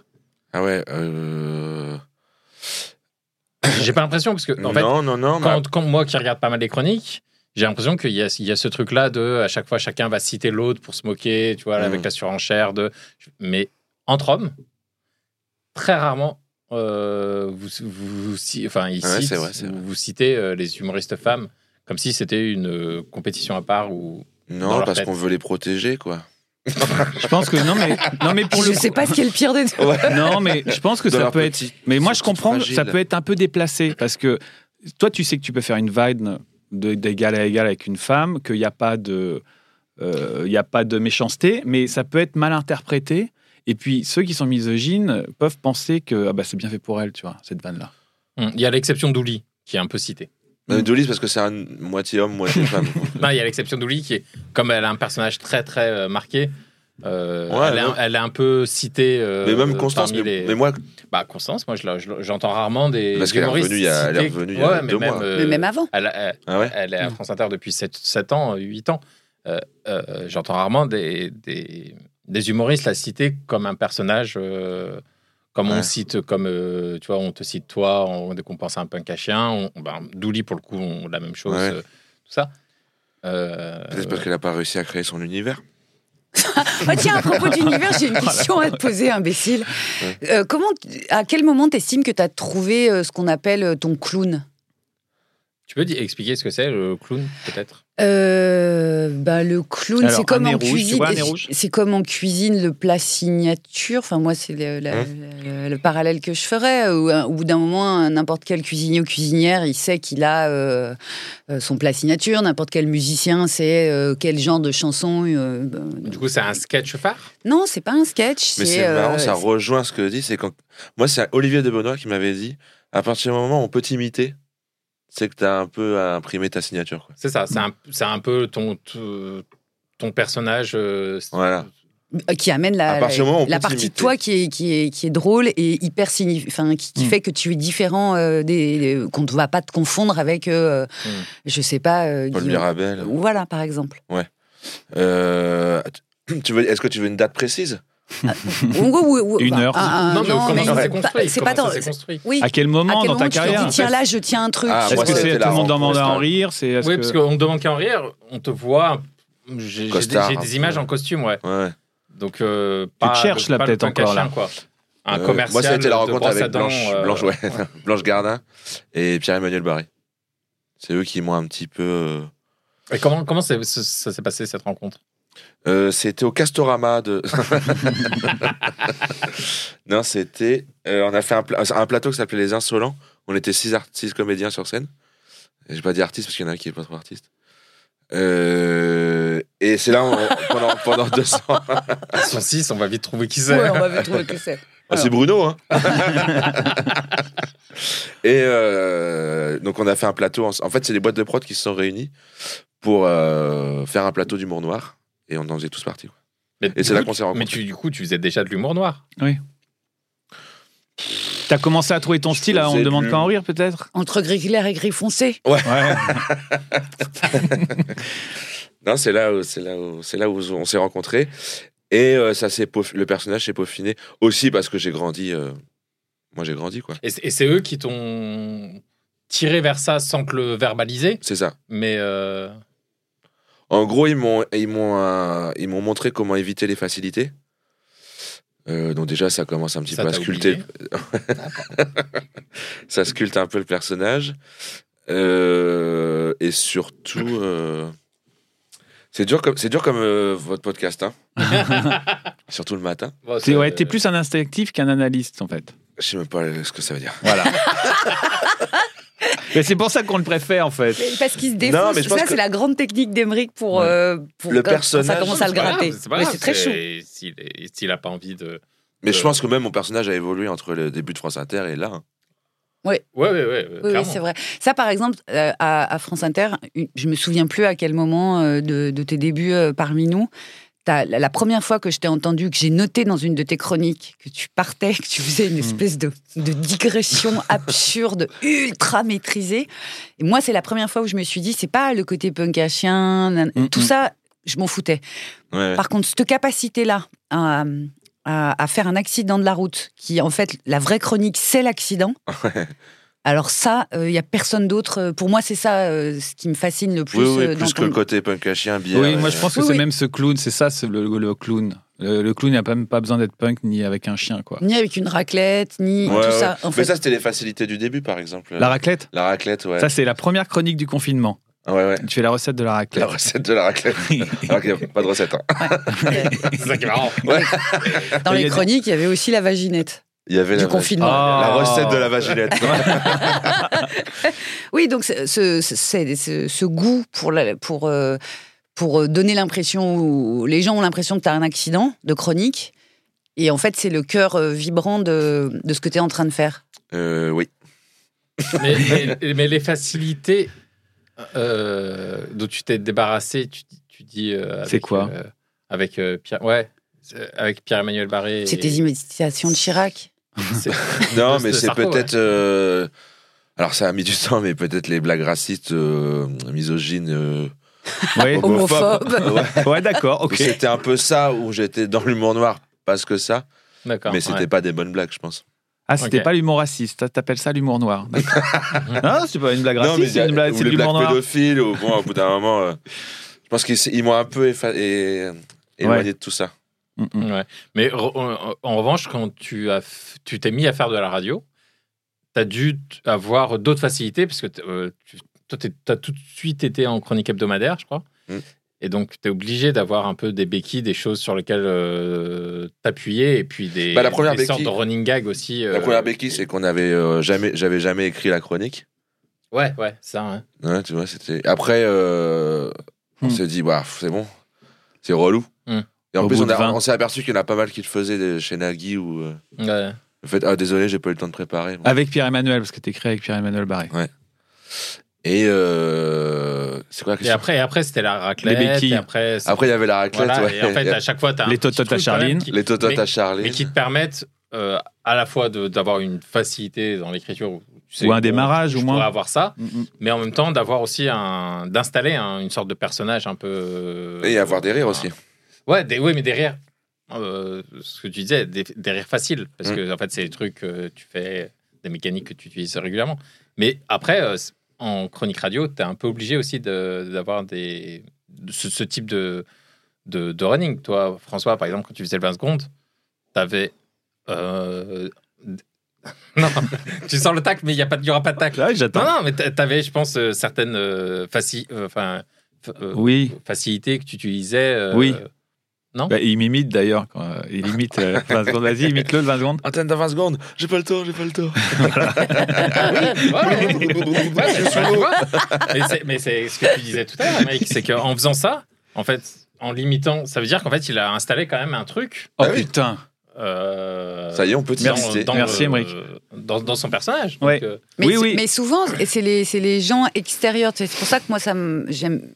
B: ah ouais. euh,
A: J'ai pas l'impression, parce que, en fait,
B: non, non, bah, non, mais
A: quand, quand moi qui regarde pas mal les chroniques, j'ai l'impression qu'il y a, il y a ce truc-là de à chaque fois chacun va citer l'autre pour se moquer, tu vois,
B: Mhm.
A: avec la surenchère. De... Mais entre hommes, très rarement, euh, vous, vous, vous ci- enfin, ils
B: Ah Ouais,
A: citent-
B: c'est vrai, c'est vrai.
A: vous citez euh, les humoristes femmes comme si c'était une euh, compétition à part. Ou... dans
B: Non,
A: leur
B: parce
A: tête.
B: qu'on veut les protéger, quoi.
C: Je pense que non, mais, non, mais pour
D: Je
C: le
D: sais pas ce qui est le pire des deux.
C: Non, mais je pense que
B: Dans
C: ça
B: leur
C: peut
B: petit-
C: être. Mais moi,
B: ce
C: je
B: petit
C: comprends,
B: fragile.
C: ça peut être un peu déplacé parce que toi, tu sais que tu peux faire une vibe de- d'égal à égal avec une femme, qu'il n'y a pas de. euh, n'y a pas de méchanceté, mais ça peut être mal interprété. Et puis, ceux qui sont misogynes peuvent penser que ah bah, c'est bien fait pour elle, tu vois, cette vanne-là.
A: Hum, Il y a l'exception d'Ouli qui est un peu citée.
B: Non, mais Dooley, c'est parce que c'est un moitié homme, moitié
A: *laughs*
B: femme.
A: Non, il y a l'exception d'Ouli qui est, comme elle a un personnage très très euh, marqué, euh,
B: Ouais,
A: elle, est un,
B: ouais.
A: elle est un peu citée. euh,
B: mais même Constance, mais,
A: parmi les-
B: mais moi,
A: Bah, Constance, moi je la- je la- j'entends rarement des.
B: Parce qu'elle est
A: humoristes
B: revenue il y a- elle est
A: cités.
B: revenue il y a
A: Ouais, mais
B: deux
A: même,
B: mois.
A: euh,
D: Mais même avant.
A: elle, elle-
B: ah ouais,
A: elle est à
D: Mm.
A: France Inter depuis 7, ans, 8 ans. Euh, euh, J'entends rarement des, des, des humoristes la citer comme un personnage, euh, comme on
B: Ouais.
A: cite, comme euh, tu vois, on te cite toi, on, dès qu'on pense à un punk à chien, on, ben, Dooley pour le coup, on, la même chose,
B: Ouais.
A: euh, tout ça. Euh,
B: peut-être parce qu'elle a pas réussi à créer son univers.
D: Ah, tiens, à propos d'univers, j'ai une question à te poser, imbécile.
B: Ouais.
D: Euh, comment, à quel moment t'estimes que t'as trouvé euh, ce qu'on appelle euh, ton clown
A: tu peux di- expliquer ce que c'est, le clown, peut-être
D: Euh, bah, le clown,
C: Alors,
D: c'est comme
C: un nez
D: en
C: rouge, tu
D: cuisine.
C: vois, un nez rouge
D: C'est comme en cuisine le plat signature. Enfin, moi, c'est le, la-
B: Hein
D: le- le parallèle que je ferais. Où, euh, au bout d'un moment, un- n'importe quel cuisinier ou cuisinière, il sait qu'il a euh, euh, son plat signature. N'importe quel musicien sait euh, quel genre de chanson. euh, bah,
A: Du coup, c'est un sketch phare
D: non, c'est pas un sketch.
B: Mais c'est marrant,
D: euh,
B: ça rejoint ce que dit. C'est quand moi, c'est Olivier de Benoît qui m'avait dit à partir du moment où on peut t'imiter, c'est que t'as un peu à imprimer ta signature. Quoi.
A: C'est ça, c'est un, c'est un peu ton, ton, ton personnage. euh,
B: Voilà.
D: qui amène la,
B: À partir du
D: la-
B: moment où on
D: la
B: peut
D: partie de
B: s'imiter.
D: toi qui est, qui, est, qui est drôle et hyper signifi- enfin qui, qui
B: Hmm.
C: Mm.
D: fait que tu es différent euh, des, des- qu'on ne va pas te confondre avec euh,
A: Mm.
D: je sais pas euh,
B: Hmm. Paul
D: Guillaume-
B: Mirabel.
D: voilà
B: *laughs*
D: par exemple
B: Euh, tu veux, est-ce que tu veux une date précise
D: Ou- ou- ou-
C: Une
D: bah,
C: heure.
D: un- un-
A: non, mais comment
D: mais
A: ça
D: c'est
A: s'est
D: pas-
A: construit
D: c'est pas
A: Comment
D: tant
A: ça s'est construit
D: oui
C: À quel
D: à
C: moment
D: quel
C: dans ta
D: moment tu te dis,
C: carrière
D: tiens là je tiens un truc
B: Ah,
C: Est-ce
B: moi,
C: que
B: c'était
C: c'est tout
B: la
C: le monde
B: rencontre,
C: demande à en
B: ça.
C: rire C'est est-ce
A: Oui,
C: que-
A: parce qu'on demande qu'à en rire, on te voit. J'ai j'ai des,
B: Costard,
A: j'ai
B: un
A: des
B: peu.
A: images en costume, ouais.
B: Ouais.
A: Donc, euh, pas-
C: cherches, là,
A: pas le
C: peut-être
A: punk à
C: encore,
A: chien,
C: là.
A: quoi. Un
B: Euh,
A: commercial.
B: Moi, ça a été la
A: de
B: rencontre
A: brosse à
B: avec
A: dents,
B: Blanche,
A: euh,
B: Blanche, ouais, *laughs* Blanche Gardin et Pierre-Emmanuel Barry. C'est eux qui m'ont un petit peu. euh,
A: Et comment, comment c'est- ça ça s'est passé cette rencontre
B: Euh, c'était au Castorama *laughs* de. non, c'était. euh, on a fait un, pla- un plateau qui s'appelait Les Insolents. On était six, art- six comédiens sur scène. Je vais pas dire artiste parce qu'il y en a un qui est pas trop artiste. Euh, et c'est là, on- pendant, pendant 200.
A: Ils sont six, on va vite trouver qui c'est.
D: ouais, on va trouver que c'est
B: Ah, c'est Bruno, hein *laughs* Et euh, donc, on a fait un plateau. En, en fait, c'est les boîtes de prod qui se sont réunies pour euh, faire un plateau d'humour noir. Et on en faisait tous partie. quoi.
A: Mais,
B: Et
A: du
B: c'est là
A: coup,
B: qu'on s'est
A: Mais
B: rencontrés.
A: tu, du coup, tu faisais déjà de l'humour noir.
C: T'as commencé à trouver ton style, à on
B: faisais
C: ne demande
B: du-
C: qu'à en rire peut-être
D: entre gris clair et gris foncé
C: Ouais.
B: Non, c'est là où c'est là où c'est là où on s'est rencontrés et euh, ça s'est peaufi- le personnage s'est peaufiné aussi parce que j'ai grandi. euh, moi, j'ai grandi quoi.
A: Et c'est et c'est eux qui t'ont tiré vers ça sans te le verbaliser.
B: C'est ça.
A: Mais euh,
B: En gros, ils m'ont ils m'ont euh, ils m'ont montré comment éviter les facilités. Euh, donc déjà, ça commence un petit
A: Ça
B: peu à
A: t'a
B: sculpter.
A: obligé.
B: ça sculpte un peu le personnage Euh, et surtout. euh, c'est dur comme c'est dur comme euh, votre
A: *laughs*
B: podcast, hein. Surtout le matin.
A: bon,
C: T'es
A: Bah, c'est-
C: ouais, t'es plus un instinctif qu'un analyste en fait.
B: Je sais même pas euh, ce que ça veut dire.
C: Voilà. Mais c'est pour ça qu'on le préfère en fait.
D: parce qu'il se
B: défonce.
D: défonce
B: mais je pense
D: ça
B: que-
D: c'est la grande technique d'Emeric pour,
C: Ouais.
D: euh, pour
B: Le
D: quand ça
B: personnage-
D: commence à le
A: C'est pas grave,
D: gratter
A: c'est pas
D: mais
A: grave,
D: c'est très chaud
A: c'est- S'il est- s'il a pas envie de.
B: Mais
A: Euh.
B: je pense que même mon personnage a évolué entre le début de France Inter et là. hein.
A: Ouais, ouais, ouais.
D: Oui, oui,
A: clairement.
D: c'est vrai. Ça, par exemple, euh, à, à France Inter, une- je me souviens plus à quel moment euh, de, de tes débuts euh, parmi nous. t'as- la, la première fois que je t'ai entendu, que j'ai noté dans une de tes chroniques que tu partais, que tu faisais une espèce de, de digression absurde, ultra maîtrisée. Et moi, c'est la première fois où je me suis dit, c'est pas le côté punk à chien, nan-
C: Mm,
D: tout
C: mm.
D: ça, je m'en foutais.
B: Ouais,
D: Par contre, cette capacité-là à, à- à faire un accident de la route, qui en fait, la vraie chronique,
B: *laughs*
D: c'est l'accident. Alors ça, il n'y a personne d'autre. euh, Pour moi, c'est ça euh, ce qui me fascine le plus.
B: oui, oui,
D: euh, dans
B: plus que
D: ton-
B: le côté punk à chien, bière.
C: Oui, moi je
B: euh,
C: pense que
D: Oui,
C: c'est
D: oui.
C: même ce clown, c'est ça c'est le, le clown. Le, le clown n'a pas- même pas besoin d'être punk ni avec un chien quoi.
D: Ni avec une raclette, ni
B: ouais,
D: tout
B: ouais.
D: ça. En
B: Mais
D: fait,
B: ça, c'était les facilités du début, par exemple.
C: La raclette
B: La raclette, ouais.
C: Ça c'est la première chronique du confinement.
B: Ah ouais, ouais.
C: Tu fais la recette de la
B: La
C: raclette.
B: recette de la raclette. *laughs* Alors qu'il n'y a pas de recette. hein.
A: C'est ça qui est marrant.
D: dans
C: il y a
D: les
C: du-
D: chroniques, il y avait aussi la vaginette
B: Il y avait
D: du
B: la,
D: confinement.
B: la
C: Ah.
B: recette de la vaginette.
D: Oui, donc c'est- ce, ce- c'est- ce- ce goût pour, la- pour, euh, pour euh, donner l'impression, où les gens ont l'impression que tu as un accident de chronique. Et en fait, c'est le cœur euh, vibrant de, de ce que tu es en train de faire.
B: *laughs* Euh,
C: *laughs*
B: oui.
A: Mais, mais- mais les facilités euh, dont tu t'es débarrassé, tu, tu dis. euh, avec,
C: C'est quoi
A: euh, Avec euh, Pierre. Ouais. euh, Avec Pierre-Emmanuel Barré.
D: C'est
A: et-
D: tes imitations de Chirac.
A: c'est-
B: Non,
A: de-
B: mais
A: de
B: c'est
A: Sarko, ouais.
B: peut-être. euh, Alors, ça a mis du temps, mais peut-être les blagues racistes, euh, misogynes. euh,
C: Ouais,
D: Homophobe. *laughs*
B: Ouais.
C: ouais d'accord, ok.
B: C'était un peu ça où j'étais dans l'humour noir, parce que ça.
A: D'accord.
B: Mais c'était
A: ouais.
B: pas des bonnes blagues, je pense.
C: Ah, c'était
A: Ok.
C: pas l'humour raciste, t'appelles ça l'humour noir. D'accord. *laughs* non, Hein, c'est pas une blague
B: non, mais
C: raciste,
B: il y a-
C: c'est une blague,
B: ou
C: c'est de
B: les
C: l'humour
B: blagues
C: noir.
B: pédophiles, ou bon, au bout d'un moment. euh, je pense qu'ils s- ils m'ont un peu effa- et- éloigné de tout ça.
C: Mm, mm.
A: Ouais. Mais re- en, en revanche, quand tu as, f- tu t'es mis à faire de la radio, tu as dû t- avoir d'autres facilités, parce que t- euh, tu as tout de suite été en chronique hebdomadaire, je crois.
B: Mm.
A: Et donc, tu es obligé d'avoir un peu des béquilles, des choses sur lesquelles euh, t'appuyer, et puis des,
B: Bah, la première
A: des sortes
B: béquille-
A: de running gag aussi.
B: La
A: euh,
B: première béquille, c'est qu'on avait euh, jamais, j'avais jamais écrit la chronique.
A: Ouais, ouais, ça. hein.
B: Ouais, tu vois, c'était. Après, euh, on
C: Hmm.
B: s'est dit, bah, c'est bon, c'est relou.
A: Hmm.
B: Et en
C: Au
B: plus,
C: bout
B: on,
C: de
B: a-
C: 20.
B: on s'est aperçu qu'il y en a pas mal qui le faisaient de- chez Nagui ou. euh,
A: Ouais.
B: le fait, ah, désolé, j'ai pas eu le temps de préparer.
E: Ah.
B: Bon.
C: Avec Pierre-Emmanuel, parce que t'écris avec Pierre-Emmanuel Barré.
B: Et euh, c'est quoi la
A: Et
B: question
A: après, et après c'était la raclette.
C: Les béquilles.
A: Et après, c'est-
B: Après, il y avait la raclette,
A: voilà,
B: ouais.
A: et en
B: *laughs*
A: fait, à chaque fois, tu as
C: Les tototes à Charline.
B: les tototes à Charlie.
A: mais qui te permettent euh, à la fois de- d'avoir une facilité dans l'écriture où tu
C: Ou un
A: bon,
C: démarrage,
A: je
C: au moins.
A: pourrais avoir ça
C: Mm, mm.
A: mais en même temps d'avoir aussi un d'installer un- une sorte de personnage un peu euh,
B: Et avoir des rires aussi.
A: ouais des, oui mais des rires euh, ce que tu disais des, des rires faciles parce
B: Mm.
A: que en fait c'est des trucs que tu fais des mécaniques que tu utilises régulièrement mais après euh, c- en chronique radio tu es un peu obligé aussi de- d'avoir des de ce, ce type de, de de running toi François par exemple quand tu faisais le 20 secondes t'avais euh, *laughs* non *laughs* tu sens le tac mais il y a pas il y aura pas de tac
C: Là,
A: non,
C: j'attends.
A: non, mais t'a- t'avais, je pense, euh, certaines euh, faci- euh, enfin, f- euh,
C: Oui.
A: facilités que tu utilisais. euh,
C: Oui.
A: Non
C: Bah, il m'imite d'ailleurs. quand, euh, Il imite euh, 20 secondes. Vas-y, imite-le le 20 secondes.
B: Antenne de 20 secondes, j'ai pas le temps, j'ai pas
C: *laughs*
B: le temps.
A: Ouais, ouais, ouais, ouais, tu vois Mais c'est- Mais c'est ce que tu disais tout à l'heure, Mike, c'est qu'en faisant ça, en fait, en limitant, ça veut dire qu'en fait, il a installé quand même un truc.
C: Oh
B: Ah oui.
C: putain.
A: euh,
B: Ça y est, on peut te
A: dans-
B: citer.
A: dans,
C: Merci,
A: euh,
C: Émeric.
A: Dans, dans son personnage.
C: Ouais.
A: Donc, euh,
D: Mais,
C: Oui,
D: c'est-
C: oui.
D: mais souvent, et c'est les, c'est les gens extérieurs. C'est pour ça que moi, ça me- j'aime.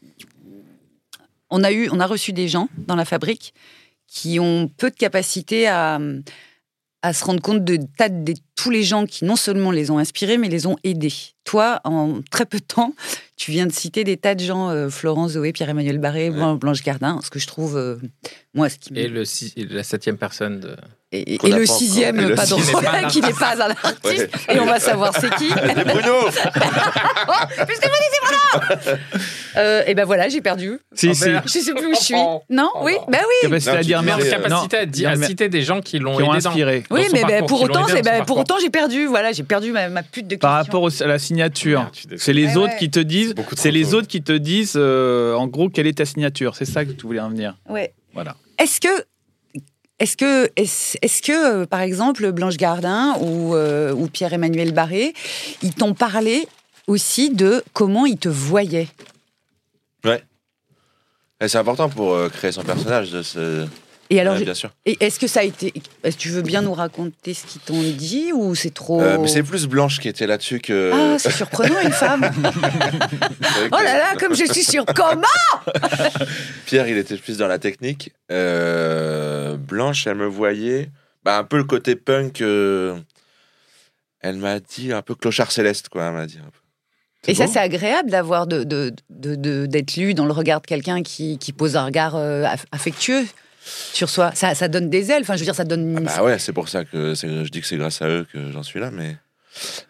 D: On a, eu, on a reçu des gens dans la fabrique qui ont peu de capacité à, à se rendre compte de, tas de, de tous les gens qui non seulement les ont inspirés, mais les ont aidés. Toi, en très peu de temps, tu viens de citer des tas de gens, euh, Florence Zoé, Pierre-Emmanuel Barré, Blan- Blanche Gardin, ce que je trouve, euh, moi, ce qui me-
A: et, le, si- et la septième personne. de-
D: et, et
B: qu'on apprend
D: le
B: encore.
D: sixième,
B: Et le
D: pas
B: sixième
A: n'est pas un
D: drôle, qui n'est pas un artiste, et on va savoir c'est
B: *laughs*
D: qui.
C: *laughs*
B: Eh, Bruno
D: Oh, puisque vous dites, c'est voilà Et ben voilà, j'ai perdu.
C: Si, si.
D: Je sais plus où je suis. Non Oui Ben oui
C: Capacité
B: Non,
C: à
B: tu
C: dire
B: disais,
C: merci.
B: euh,
A: Capacité
C: Non,
A: à, di-
C: dire
A: à
C: mer-
A: citer des gens qui l'ont
C: qui ont
A: aidé dans-
C: inspiré.
A: dans
D: oui,
A: son
D: mais ben,
A: parcours,
D: pour
A: qui l'ont
D: autant,
A: aidé
D: c'est-
A: dans
D: ben,
A: son
D: pour
A: parcours.
D: autant j'ai perdu. Voilà, j'ai perdu ma, ma pute de question.
C: Par rapport au- à la signature,
A: Merde, je suis désolé.
C: c'est les
D: Ouais,
C: autres
D: ouais.
C: qui te disent,
B: Beaucoup trop
C: c'est les
B: tôt.
C: autres qui te disent, euh, en gros, quelle est ta signature. C'est ça que tu voulais en venir.
D: Ouais.
C: Voilà.
D: Est-ce que. Est-ce que, est-ce, est-ce que, euh, par exemple, Blanche Gardin ou, euh, ou Pierre-Emmanuel Barré, ils t'ont parlé aussi de comment ils te voyaient
B: Et C'est important pour euh, créer son personnage. De ce...
D: Et alors,
B: Ouais,
D: j'ai-
B: bien sûr.
D: et est-ce que ça a été. Est-ce que tu veux bien nous raconter ce qu'ils t'ont dit ou c'est trop.
B: Euh, mais c'est plus Blanche qui était là-dessus que.
D: Oh. Ah, c'est surprenant,
B: *laughs*
D: une femme Oh là là, comme je suis sur comment
B: Pierre, il était plus dans la technique. Euh, Blanche, elle me voyait bah, un peu le côté punk. euh, Elle m'a dit un peu clochard céleste, quoi. Elle m'a dit. un peu.
D: Et ça,
C: beau.
D: c'est agréable d'avoir de, de, de- de- d'être lu dans le regard de quelqu'un qui, qui pose un regard euh, aff- affectueux sur soi. Ça, ça donne des ailes. Enfin, je veux dire, ça donne.
B: Ah
D: une-
B: bah ouais, c'est pour ça que c'est- je dis que c'est grâce à eux que j'en suis là, mais.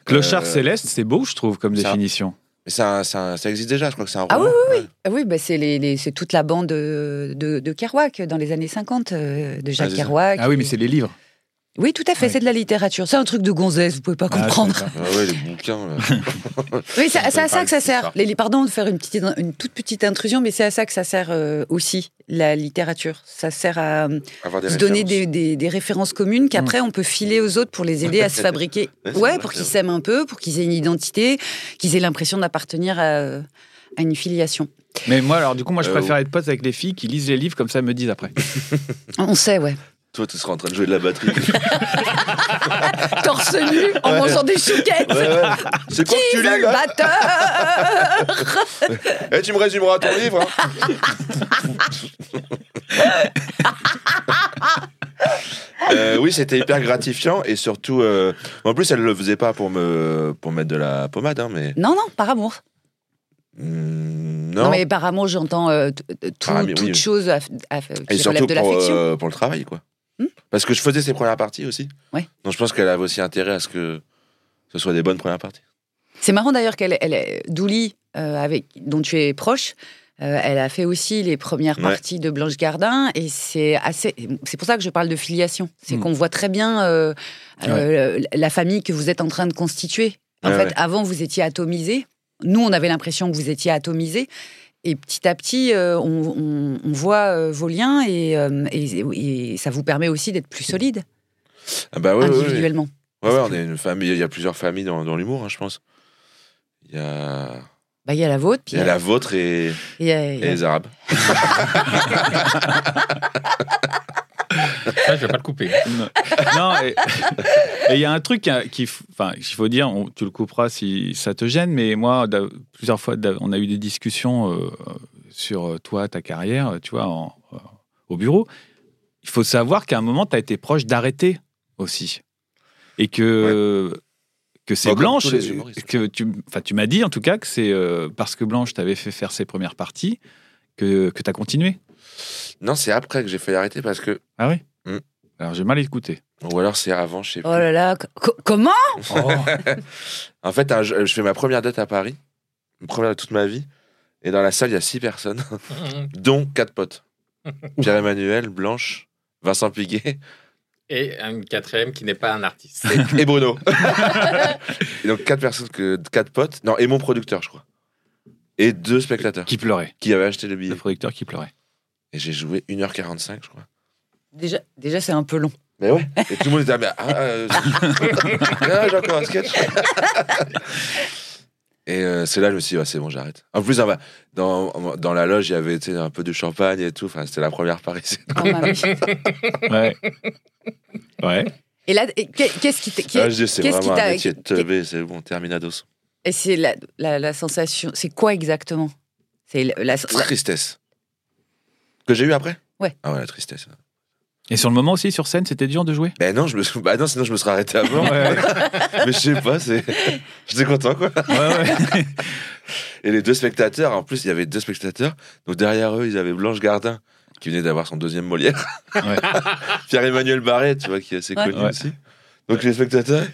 C: Clochard
B: Euh,
C: céleste, c'est beau, je trouve, comme
B: ça.
C: définition.
B: mais c'est un- c'est un- ça existe déjà, je crois que c'est un
D: Ah
B: roman. oui, oui.
D: Ah oui, bah, c'est, les, les- c'est toute la bande euh, de, de Kerouac dans les années 50, euh, de
B: Ah,
D: Jacques
B: c'est ça.
D: Kerouac.
C: Ah oui, mais c'est les livres.
D: Oui, tout à fait,
C: Ouais.
D: c'est de la littérature. C'est un truc de gonzesse, vous pouvez pas comprendre.
C: Ah, je comprends.
B: Ah ouais, les bouquins. euh, là. *laughs*
D: Oui, c'est
B: Ça me
D: à c'est à
B: donne
D: ça
B: pas
D: que ça
B: le
D: sert.
B: pouvoir.
D: Les, les- pardon de faire une, petite, une toute petite intrusion, mais c'est à ça que ça sert euh, aussi, la littérature. Ça sert à euh,
B: Avoir des
D: se donner
B: références. Mm.
D: des, des- des références communes qu'après on peut filer aux autres pour les aider à se fabriquer.
B: Ouais, c'est
D: Ouais,
B: vrai,
D: pour
B: c'est
D: qu'ils
B: vrai.
D: s'aiment un peu, pour qu'ils aient une identité, qu'ils aient l'impression d'appartenir à, à une filiation.
C: Mais moi, alors, du coup, moi, je
B: Euh,
C: préfère être pote avec les filles qui lisent les livres, comme ça, elles me disent après.
D: On
B: *laughs*
D: sait, ouais.
B: Toi, tu seras en train de jouer de la *laughs* batterie.
D: Torse nu, en
B: Ouais.
D: mangeant des chouquettes.
B: Ouais, ouais. C'est quoi que
D: Qui
B: tu
D: veut
B: lis
D: le
B: là
D: batteur
B: Eh, Tu me résumeras ton livre. hein
D: *laughs*
B: Euh, oui, c'était hyper gratifiant et surtout, euh, en plus, elle le faisait pas pour me pour mettre de la pommade, hein, mais
D: Non, non, par amour.
B: Mm, non.
D: Non, mais par amour, j'entends euh, t- t- tout-
B: Par ami- oui,
D: toute
B: oui.
D: chose aff- aff-
B: et
D: qui relève
B: surtout
D: de
B: pour,
D: l'affection.
B: euh, pour le travail, quoi.
D: Hmm
B: Parce que je faisais ses premières parties aussi.
D: Ouais.
B: Donc je pense qu'elle avait aussi intérêt à ce que ce soit des bonnes premières parties.
D: C'est marrant d'ailleurs qu'elle, elle, est- Douli, euh, avec dont tu es proche, euh, elle a fait aussi les premières
B: Ouais.
D: parties de Blanche Gardin et c'est assez. C'est pour ça que je parle de filiation. C'est
B: Hmm.
C: Mm.
D: qu'on voit très bien euh, euh, la famille que vous êtes en train de constituer. En
B: Ouais,
D: fait,
B: ouais.
D: avant vous étiez atomisé. Nous, on avait l'impression que vous étiez atomisé. Et petit à petit, euh, on, on- on voit euh, vos liens et, euh, et- et ça vous permet aussi d'être plus solide
B: Ah bah oui, oui, oui.
D: individuellement.
B: Ouais, ouais, on est une famille. Il y a plusieurs familles dans, dans l'humour, hein, je pense. Il y a,
D: Bah, il y a la vôtre,
B: il
D: puis
B: y a la vôtre et,
D: il y a- il
B: et
D: y a-
B: les Arabes.
A: Ça, je vais pas le couper.
C: Non. non, et et il y a un truc qui- qui, enfin, il faut dire, on- tu le couperas si ça te gêne, mais moi, d'a- plusieurs fois, d'a- on a eu des discussions euh, sur euh, toi, ta carrière, euh, tu vois, en- euh, au bureau. Il faut savoir qu'à un moment, tu as été proche d'arrêter aussi. Et que. Que c'est
B: Bah, comme
C: Blanche,
B: tous les humoristes.
C: que tu, enfin, tu m'as dit en tout cas que c'est euh, parce que Blanche t'avait fait faire ses premières parties que, que tu as continué.
B: Non, c'est après que j'ai failli arrêter parce que.
C: Ah oui
B: Mm.
C: Alors j'ai mal écouté.
B: Ou alors c'est avant, je sais
D: Oh
B: plus.
D: là là, co- comment
C: Oh.
B: *laughs* En fait, un- je je fais ma première date à Paris, une première de toute ma vie, et dans la salle, il y a six personnes, dont quatre potes Pierre-Emmanuel, Blanche, Vincent Piguet
A: Et une quatrième qui n'est pas un artiste.
B: et Bruno. et donc quatre personnes, que, quatre potes, non, et mon producteur, je crois. Et deux spectateurs
C: Qui pleurait
B: qui avaient acheté le billet.
C: Le producteur qui pleurait.
B: Et j'ai joué 1h45, je crois.
D: Déjà, déjà c'est un peu long.
B: Mais ouais. Et tout le monde était là, mais ah, *laughs* euh, ah, j'ai encore un sketch. et euh, c'est là que je me suis dit, ouais, c'est bon, j'arrête. En plus, dans, ma- dans, dans la loge, il y avait tu sais, un peu de champagne et tout. Enfin, c'était la première parisienne.
D: quand même.
C: Ouais. Ouais.
D: et là, et qu'est- qu'est-ce qui, t'a- qui-
B: Ah, je dis, c'est
D: qu'est-ce qui
B: vraiment euh,
D: t'a-
B: un métier de
D: qui-
B: teubé, c'est bon, terminados.
D: Et c'est la, la- la sensation. C'est quoi exactement C'est la, la- la-
B: Tristesse. Que j'ai eu après
D: Ouais.
B: Ah ouais, la tristesse.
C: Et sur le moment aussi, sur scène, c'était dur de jouer
B: Ben non, je me suis- bah non, sinon je me serais arrêté avant. *laughs* mais je sais pas,
D: *laughs*
B: c'est... j'étais content quoi. Et les deux spectateurs, en plus, il y avait deux spectateurs. Donc derrière eux, ils avaient Blanche Gardin, qui venait d'avoir son deuxième Molière.
C: Ouais.
B: *laughs* Pierre-Emmanuel Barret, tu vois, qui est assez
D: Ouais.
B: connu
C: Ouais.
B: aussi. Donc les spectateurs,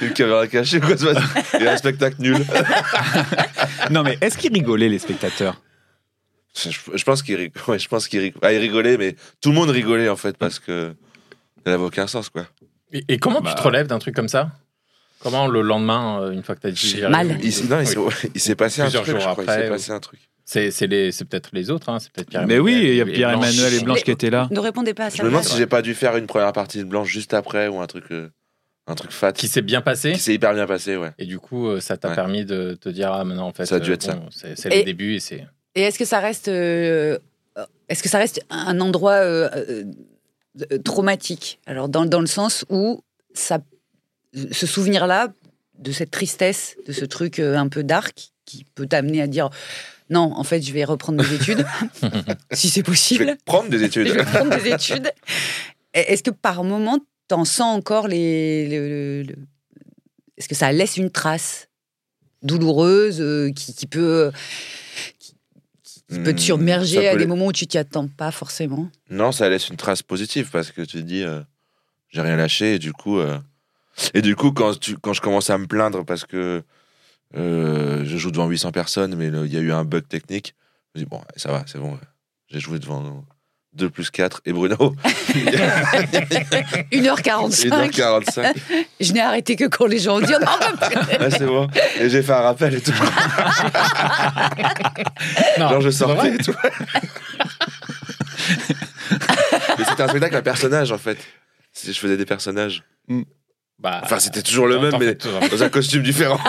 B: une caméra cachée, quoi, ce matin. et un spectacle nul.
C: *laughs* Non, mais est-ce qu'ils rigolaient, les spectateurs
B: Je, je pense qu'ils rig- ouais, je pense qu'ils rig- ah, ils rigolaient, mais tout le monde rigolait en fait, parce que ça n'avait aucun sens, quoi.
A: Et, et comment
C: Bah.
A: tu te relèves d'un truc comme ça Comment le lendemain, euh, une fois que t'as dit j'ai
D: Mal.
A: raison,
B: Il, s- non, il
A: oui.
B: s'est- il s'est passé un
A: Plusieurs
B: truc. je
A: jours
B: crois, il s'est
A: après,
B: passé un truc.
A: C'est c'est les- c'est peut-être les autres, hein, c'est peut-être Pierre
C: Mais oui, il y a Pierre-Emmanuel et
D: Blanche.
C: Blanche qui étaient là.
D: Ne répondez pas à ça.
B: Je me demande
D: Val.
B: si j'ai pas dû faire une première partie de Blanche juste après ou un truc, euh, un truc fat
A: Qui
B: qui
A: s'est bien passé.
B: s'est hyper bien passé, ouais.
A: Et du coup, euh, ça t'a
B: Ouais.
A: permis de te dire ah maintenant en fait.
B: Ça a dû
A: euh,
B: être ça.
A: bon, C'est c'est
D: Et-
A: le début et c'est.
D: Et est-ce que ça reste, euh, est-ce que ça reste un endroit euh, euh, euh, traumatique Alors dans, dans le sens où ça, ce souvenir-là, de cette tristesse, de ce truc euh, un peu dark, qui peut t'amener à dire non, en fait, je vais reprendre mes études,
B: *laughs*
D: si c'est
B: Je
D: possible.
B: vais prendre des
D: *laughs* Je
B: études.
D: vais prendre des études. Et Est-ce que par moment, t'en sens encore les, le- le- le- Est-ce que ça laisse une trace douloureuse euh, qui, qui peut qui peut te
B: Hmm,
D: submerger
B: ça
D: à
B: peut
D: des
B: l'être.
D: moments où tu t'y attends pas forcément.
B: Non, ça laisse une trace positive parce que tu te dis, euh, j'ai rien lâché et du coup, euh, et du coup quand, tu, quand je commence à me plaindre parce que euh, je joue devant 800 personnes, mais le- il y a eu un bug technique, je me dis, bon, ça va, c'est bon, j'ai joué devant 2 plus 4 et Bruno,
A: *laughs*
D: 1h45,
B: 1h45.
D: je n'ai arrêté que quand les gens ah, ont dit on n'en peut plus.
B: Ouais, c'est bon. Et j'ai fait un rappel et tout.
A: Non,
B: Genre, je
A: Ah, c'est pas vrai. *laughs*
B: sortais et tout. Mais c'était un spectacle à personnage, en fait. Si Je faisais des personnages.
C: Mm.
A: Bah,
B: Enfin, c'était toujours le
A: t'en-
B: même,
A: t'en
B: mais
A: fais toujours-
B: dans un costume *laughs* différent.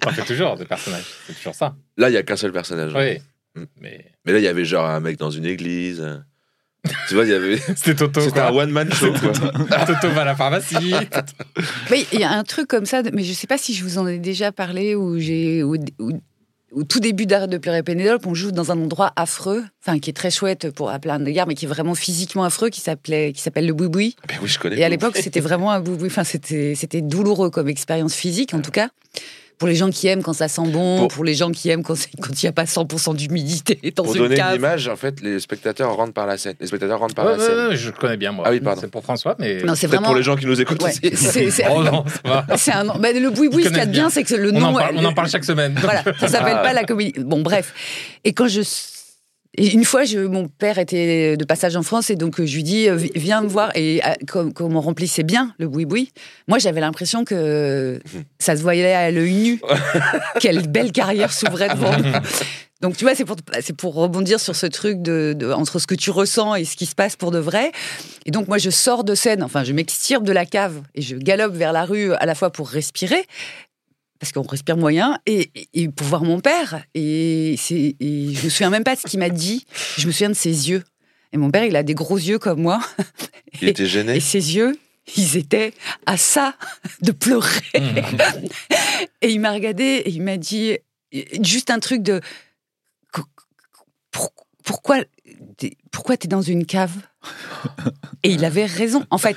A: T'en fais toujours des personnages, c'est toujours ça.
B: Là, il y a qu'un seul personnage.
A: Oui.
B: Mm.
A: Mais *laughs*
B: Mais là, il y avait genre un mec dans une église. euh. Tu vois, il y avait.
A: c'était Toto.
B: *laughs* C'était
A: quoi.
B: un one-man show, *laughs* quoi.
A: *laughs* Toto va à la
B: *laughs*
A: pharmacie.
D: Oui, il y a un truc comme ça, de- mais je ne sais pas si je vous en ai déjà parlé ou j'ai au, au- au tout début d'Arrêt de pleurer Pénélope, on joue dans un endroit affreux, enfin qui est très chouette pour à plein de gars, mais qui est vraiment physiquement affreux, qui s'appelait, qui s'appelle le boui-boui.
B: Ben oui, je connais.
D: Et à l'époque,
B: *laughs*
D: c'était vraiment un boui-boui. Enfin, c'était c'était douloureux comme expérience physique, en tout cas. Pour les gens qui aiment quand ça sent bon,
B: Pour-
D: pour, les gens qui aiment quand c'est- quand il n'y a pas 100% d'humidité *laughs* dans
B: Pour
D: une
B: donner une
D: cave.
B: image, en fait, les spectateurs rentrent par la scène. Les spectateurs rentrent par
A: Ouais,
B: la
A: ouais,
B: scène.
A: ouais, je le connais bien, moi.
B: Ah oui, pardon.
A: C'est pour François, mais.
D: Non, c'est
B: Peut-être
D: vraiment.
B: pour les gens qui nous écoutent
D: Ouais,
B: aussi. *laughs*
D: c'est- c'est-
A: Oh non, ça va.
D: c'est un. bah, le boui-boui,
A: Ils
D: ce qu'il y a
A: connaissent
D: de bien,
A: bien.
D: c'est que le
A: On,
D: nom.
A: en parle, on en parle chaque
D: *laughs*
A: semaine.
D: Voilà, ça s'appelle
B: Ah.
D: pas la comédie. Bon, bref. Et quand je. et une fois, je, mon père était de passage en France et donc euh, je lui dis euh, vi- viens me voir et ah, comme, comme on remplissait bien le boui boui. Moi, j'avais l'impression que ça se voyait à l'œil nu. Quelle belle carrière s'ouvrait devant nous. Donc tu vois, c'est pour c'est pour rebondir sur ce truc de, de- entre ce que tu ressens et ce qui se passe pour de vrai. Et donc moi, je sors de scène. Enfin, je m'extirpe de la cave et je galope vers la rue à la fois pour respirer parce qu'on respire moyen, et, et pour voir mon père. Et, c'est- et je me souviens même pas de ce qu'il m'a dit, je me souviens de ses yeux. Et mon père, il a des gros yeux comme moi,
B: Il était
D: et
B: gêné.
D: ses yeux, ils étaient à ça de pleurer.
A: Mm.
D: Et il m'a regardé et il m'a dit euh, juste un truc de Qu- pour- pourquoi t'es- pourquoi t'es dans une cave Et il avait raison. En fait,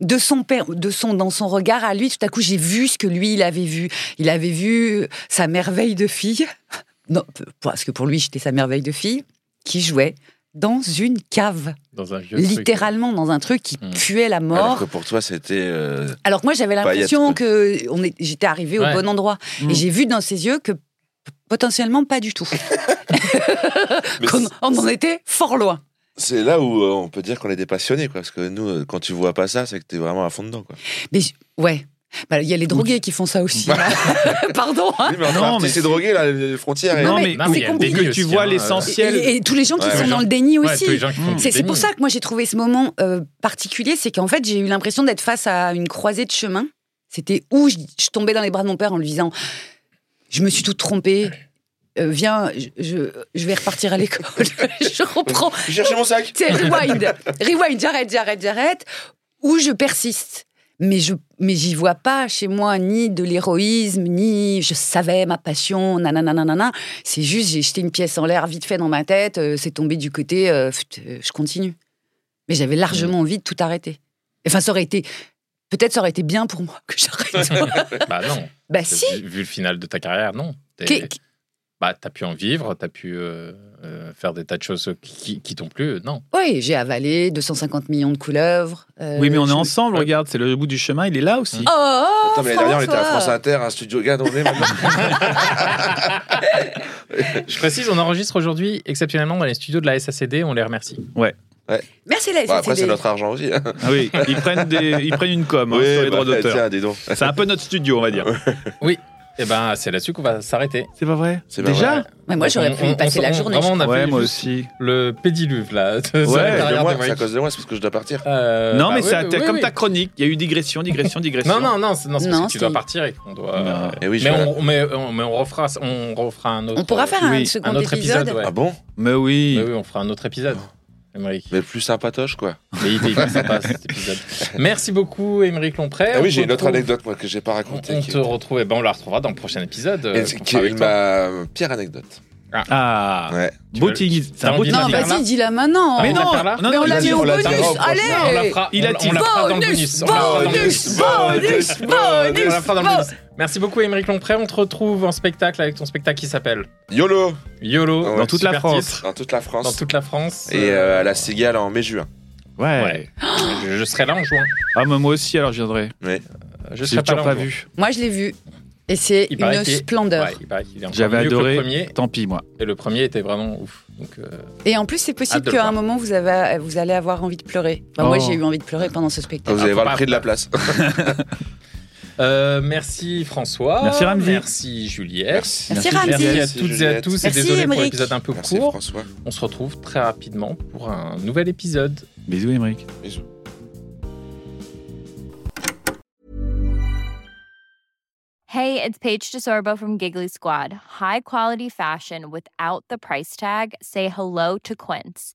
D: de son père, de son dans son regard à lui, tout à coup j'ai vu ce que lui il avait vu. Il avait vu sa merveille de fille. *laughs* Non, p- parce que pour lui j'étais sa merveille de fille qui jouait dans une cave,
A: Dans un vieux truc.
D: littéralement dans un truc qui
A: Hmm.
D: puait la
B: Alors
D: mort.
B: que pour toi, c'était. euh,
D: Alors que moi, j'avais
B: Paillettes,
D: l'impression
B: quoi.
D: que on est- j'étais arrivée
A: Ouais.
D: au bon endroit.
C: Mm.
D: Et j'ai vu dans ses yeux que p- potentiellement pas du tout.
B: mais
D: Qu'on- on en était fort loin.
B: C'est là où euh, on peut dire qu'on est des passionnés, quoi. Parce que nous, euh, quand tu vois pas ça, c'est que t'es vraiment à fond dedans, quoi.
D: Mais je- ouais. Bah, Il y a les drogués qui font ça aussi. Pardon. hein. *laughs*
B: Oui, mais enfin,
C: Non,
B: t'es-
C: mais-
B: c'est drogué, là, les frontières. et-
C: Non,
D: mais
C: mais,
D: non, mais il y a
C: où
D: le déni
C: que tu
A: aussi,
C: vois
A: hein,
D: Et,
C: l'essentiel.
D: et- et tous les gens qui
B: Ouais,
D: sont
B: les
D: dans
A: gens-
D: le déni
A: Ouais,
D: aussi.
A: tous les gens qui font du
D: C'est c'est
A: déni.
D: pour ça que moi j'ai trouvé ce moment euh, particulier, c'est qu'en fait j'ai eu l'impression d'être face à une croisée de chemin. C'était où je, je tombais dans les bras de mon père en lui disant Je me suis tout trompée, Euh, viens, je, je- je vais repartir à l'école, *laughs* je reprends.
B: J'ai cherché mon sac.
D: C'est rewind, rewind, j'arrête, j'arrête, j'arrête, ou je persiste. Mais je mais j'y vois pas chez moi ni de l'héroïsme, ni je savais ma passion, nanana, nanana. C'est juste, j'ai jeté une pièce en l'air vite fait dans ma tête, euh, c'est tombé du côté, euh, pft, euh, je continue. Mais j'avais largement envie de tout arrêter. Enfin, ça aurait été. Peut-être ça aurait été bien pour moi que j'arrête.
A: Bah non.
D: bah si
A: Vu, vu le final de ta carrière, non. T'es-
D: Qu'est- qu'est-
A: Bah, t'as pu en vivre, t'as pu euh, euh, faire des tas de choses qui, qui, qui t'ont plu, non.
D: Oui, j'ai avalé 250 millions de couleuvres. euh,
C: Oui, mais on est
D: je-
C: ensemble, regarde, c'est le bout du chemin, il est là aussi.
D: Oh,
B: Attends, mais l'année dernière, on était à
D: François
B: France Inter, un studio. Regarde, on est maintenant.
A: Je précise, on enregistre aujourd'hui exceptionnellement dans les studios de la SACD, on les remercie.
D: Merci, la
B: Bon, Bah, après,
D: SACD.
B: c'est notre argent aussi. hein.
C: Ah oui, ils prennent, des, ils prennent une com hein,
B: Oui,
C: sur les
B: bah,
C: droits d'auteur.
B: Tiens, dis donc.
C: C'est un peu notre studio, on va dire.
A: Et ben, c'est là-dessus qu'on va s'arrêter.
C: C'est pas vrai
B: C'est pas
C: Déjà
B: vrai.
D: Mais moi, j'aurais
A: On-
D: pu y
A: on-
D: passer
A: on-
D: la
A: on-
D: journée.
A: Vraiment, on a
C: Ouais,
A: fait
C: moi
A: juste
C: aussi.
A: le pédiluve, là. *laughs* sur la
C: Ouais,
B: C'est de
A: carrière
B: moi,
A: de
B: c'est à
A: Mike.
B: cause de moi, c'est parce que je dois partir.
A: Euh,
C: non,
A: bah
C: mais
A: oui,
C: ça,
A: oui,
C: t'as-
A: oui,
C: comme
A: oui.
C: ta chronique, il y a eu digression, digression, digression.
A: *laughs* Non, non, non, c'est non, c'est parce
D: Non,
A: que tu dois
D: c'est-
A: partir et qu'on doit.
C: Non.
B: Eh oui, je
A: mais,
B: suis là.
A: on, mais on- mais on refera, on refera un autre.
D: On pourra faire un
C: Oui,
D: second
A: un autre épisode. ouais.
B: Ah bon
C: Mais oui.
A: Oui, oui, on fera un autre épisode. Émeric.
B: Mais plus sympatoche, quoi.
A: Mais il est hyper
B: *laughs*
A: sympa cet épisode. Merci beaucoup, Émeric Lompré.
B: Ah
A: On
B: oui, j'ai une autre
A: retrouve-
B: anecdote, moi, que j'ai pas
A: On,
B: racontée.
A: on
B: qui-
A: te retrouve, eh ben, on la retrouvera dans le prochain épisode. euh,
B: Et
A: qu'on
B: qui
A: fera
B: est
A: avec toi.
B: ma pire anecdote.
C: Ah,
B: Ouais.
A: Tu
C: boutique. C'est
A: t'as
C: un
A: envie
C: boutique.
A: de
D: Non,
A: la faire,
D: vas-y,
A: là
D: dis-la maintenant.
C: Mais
A: envie de la
C: non,
A: faire, là
C: non,
D: Mais on
C: non,
D: l'a
C: il
D: mis
C: dit-
D: au
B: on l'a
D: bonus.
B: dit, on l'a dit.
A: Non, on la
D: Allez
A: fera,
C: Il
A: on
C: a
A: la-
C: dit
A: on la fera dans le bonus. On la fera dans le
D: Bonus, bonus,
A: On
D: bonus,
A: la fera dans le bonus. Merci beaucoup, Émeric Lompré. On te retrouve en spectacle avec ton spectacle qui s'appelle
B: YOLO
A: YOLO.
B: Dans
A: Super
C: toute la France.
A: titre.
B: Dans toute la France.
A: Dans toute la France.
B: Et euh, à la Cigale en mai-juin.
C: Ouais.
A: Ouais. Je, je serai là en juin. Euh,
C: Ah, mais moi aussi, alors je viendrai.
A: Je
C: J'ai
A: serai pas là
C: toujours pas
A: en juin.
C: vu.
D: Moi, je l'ai vu. Et c'est
A: Il paraît
D: une
A: qu'il est-
D: splendeur.
A: Ouais, il paraît qu'il est encore
C: J'avais
A: mieux que
C: adoré.
A: Le premier,
C: Tant pis, moi.
A: et le premier était vraiment ouf. Donc, euh,
D: Et en plus, c'est
A: Hâte de
D: possible
A: le
D: qu'à un
A: voir.
D: moment, vous, avez, vous allez avoir envie de pleurer. Enfin, Moi,
C: Oh.
D: j'ai eu envie de pleurer pendant ce spectacle.
C: Ah,
B: Vous allez
A: faut
B: voir le
A: pas-
B: prix de la
C: *laughs*
B: place.
A: euh, merci François.
C: Merci, Ramzi.
A: Merci Juliette.
D: Merci,
B: Ramzi.
D: Ramzi.
A: à
B: Merci,
A: toutes et à
B: Juliette.
A: tous. Et
D: Merci,
A: désolé pour
D: Émeric.
A: l'épisode un peu
B: Merci
A: court.
B: François.
A: On se retrouve très rapidement pour un nouvel épisode.
C: Bisous, Émeric.
F: Hey, it's Paige DeSorbo from Giggly Squad. High quality fashion without the price tag. Say hello to Quince.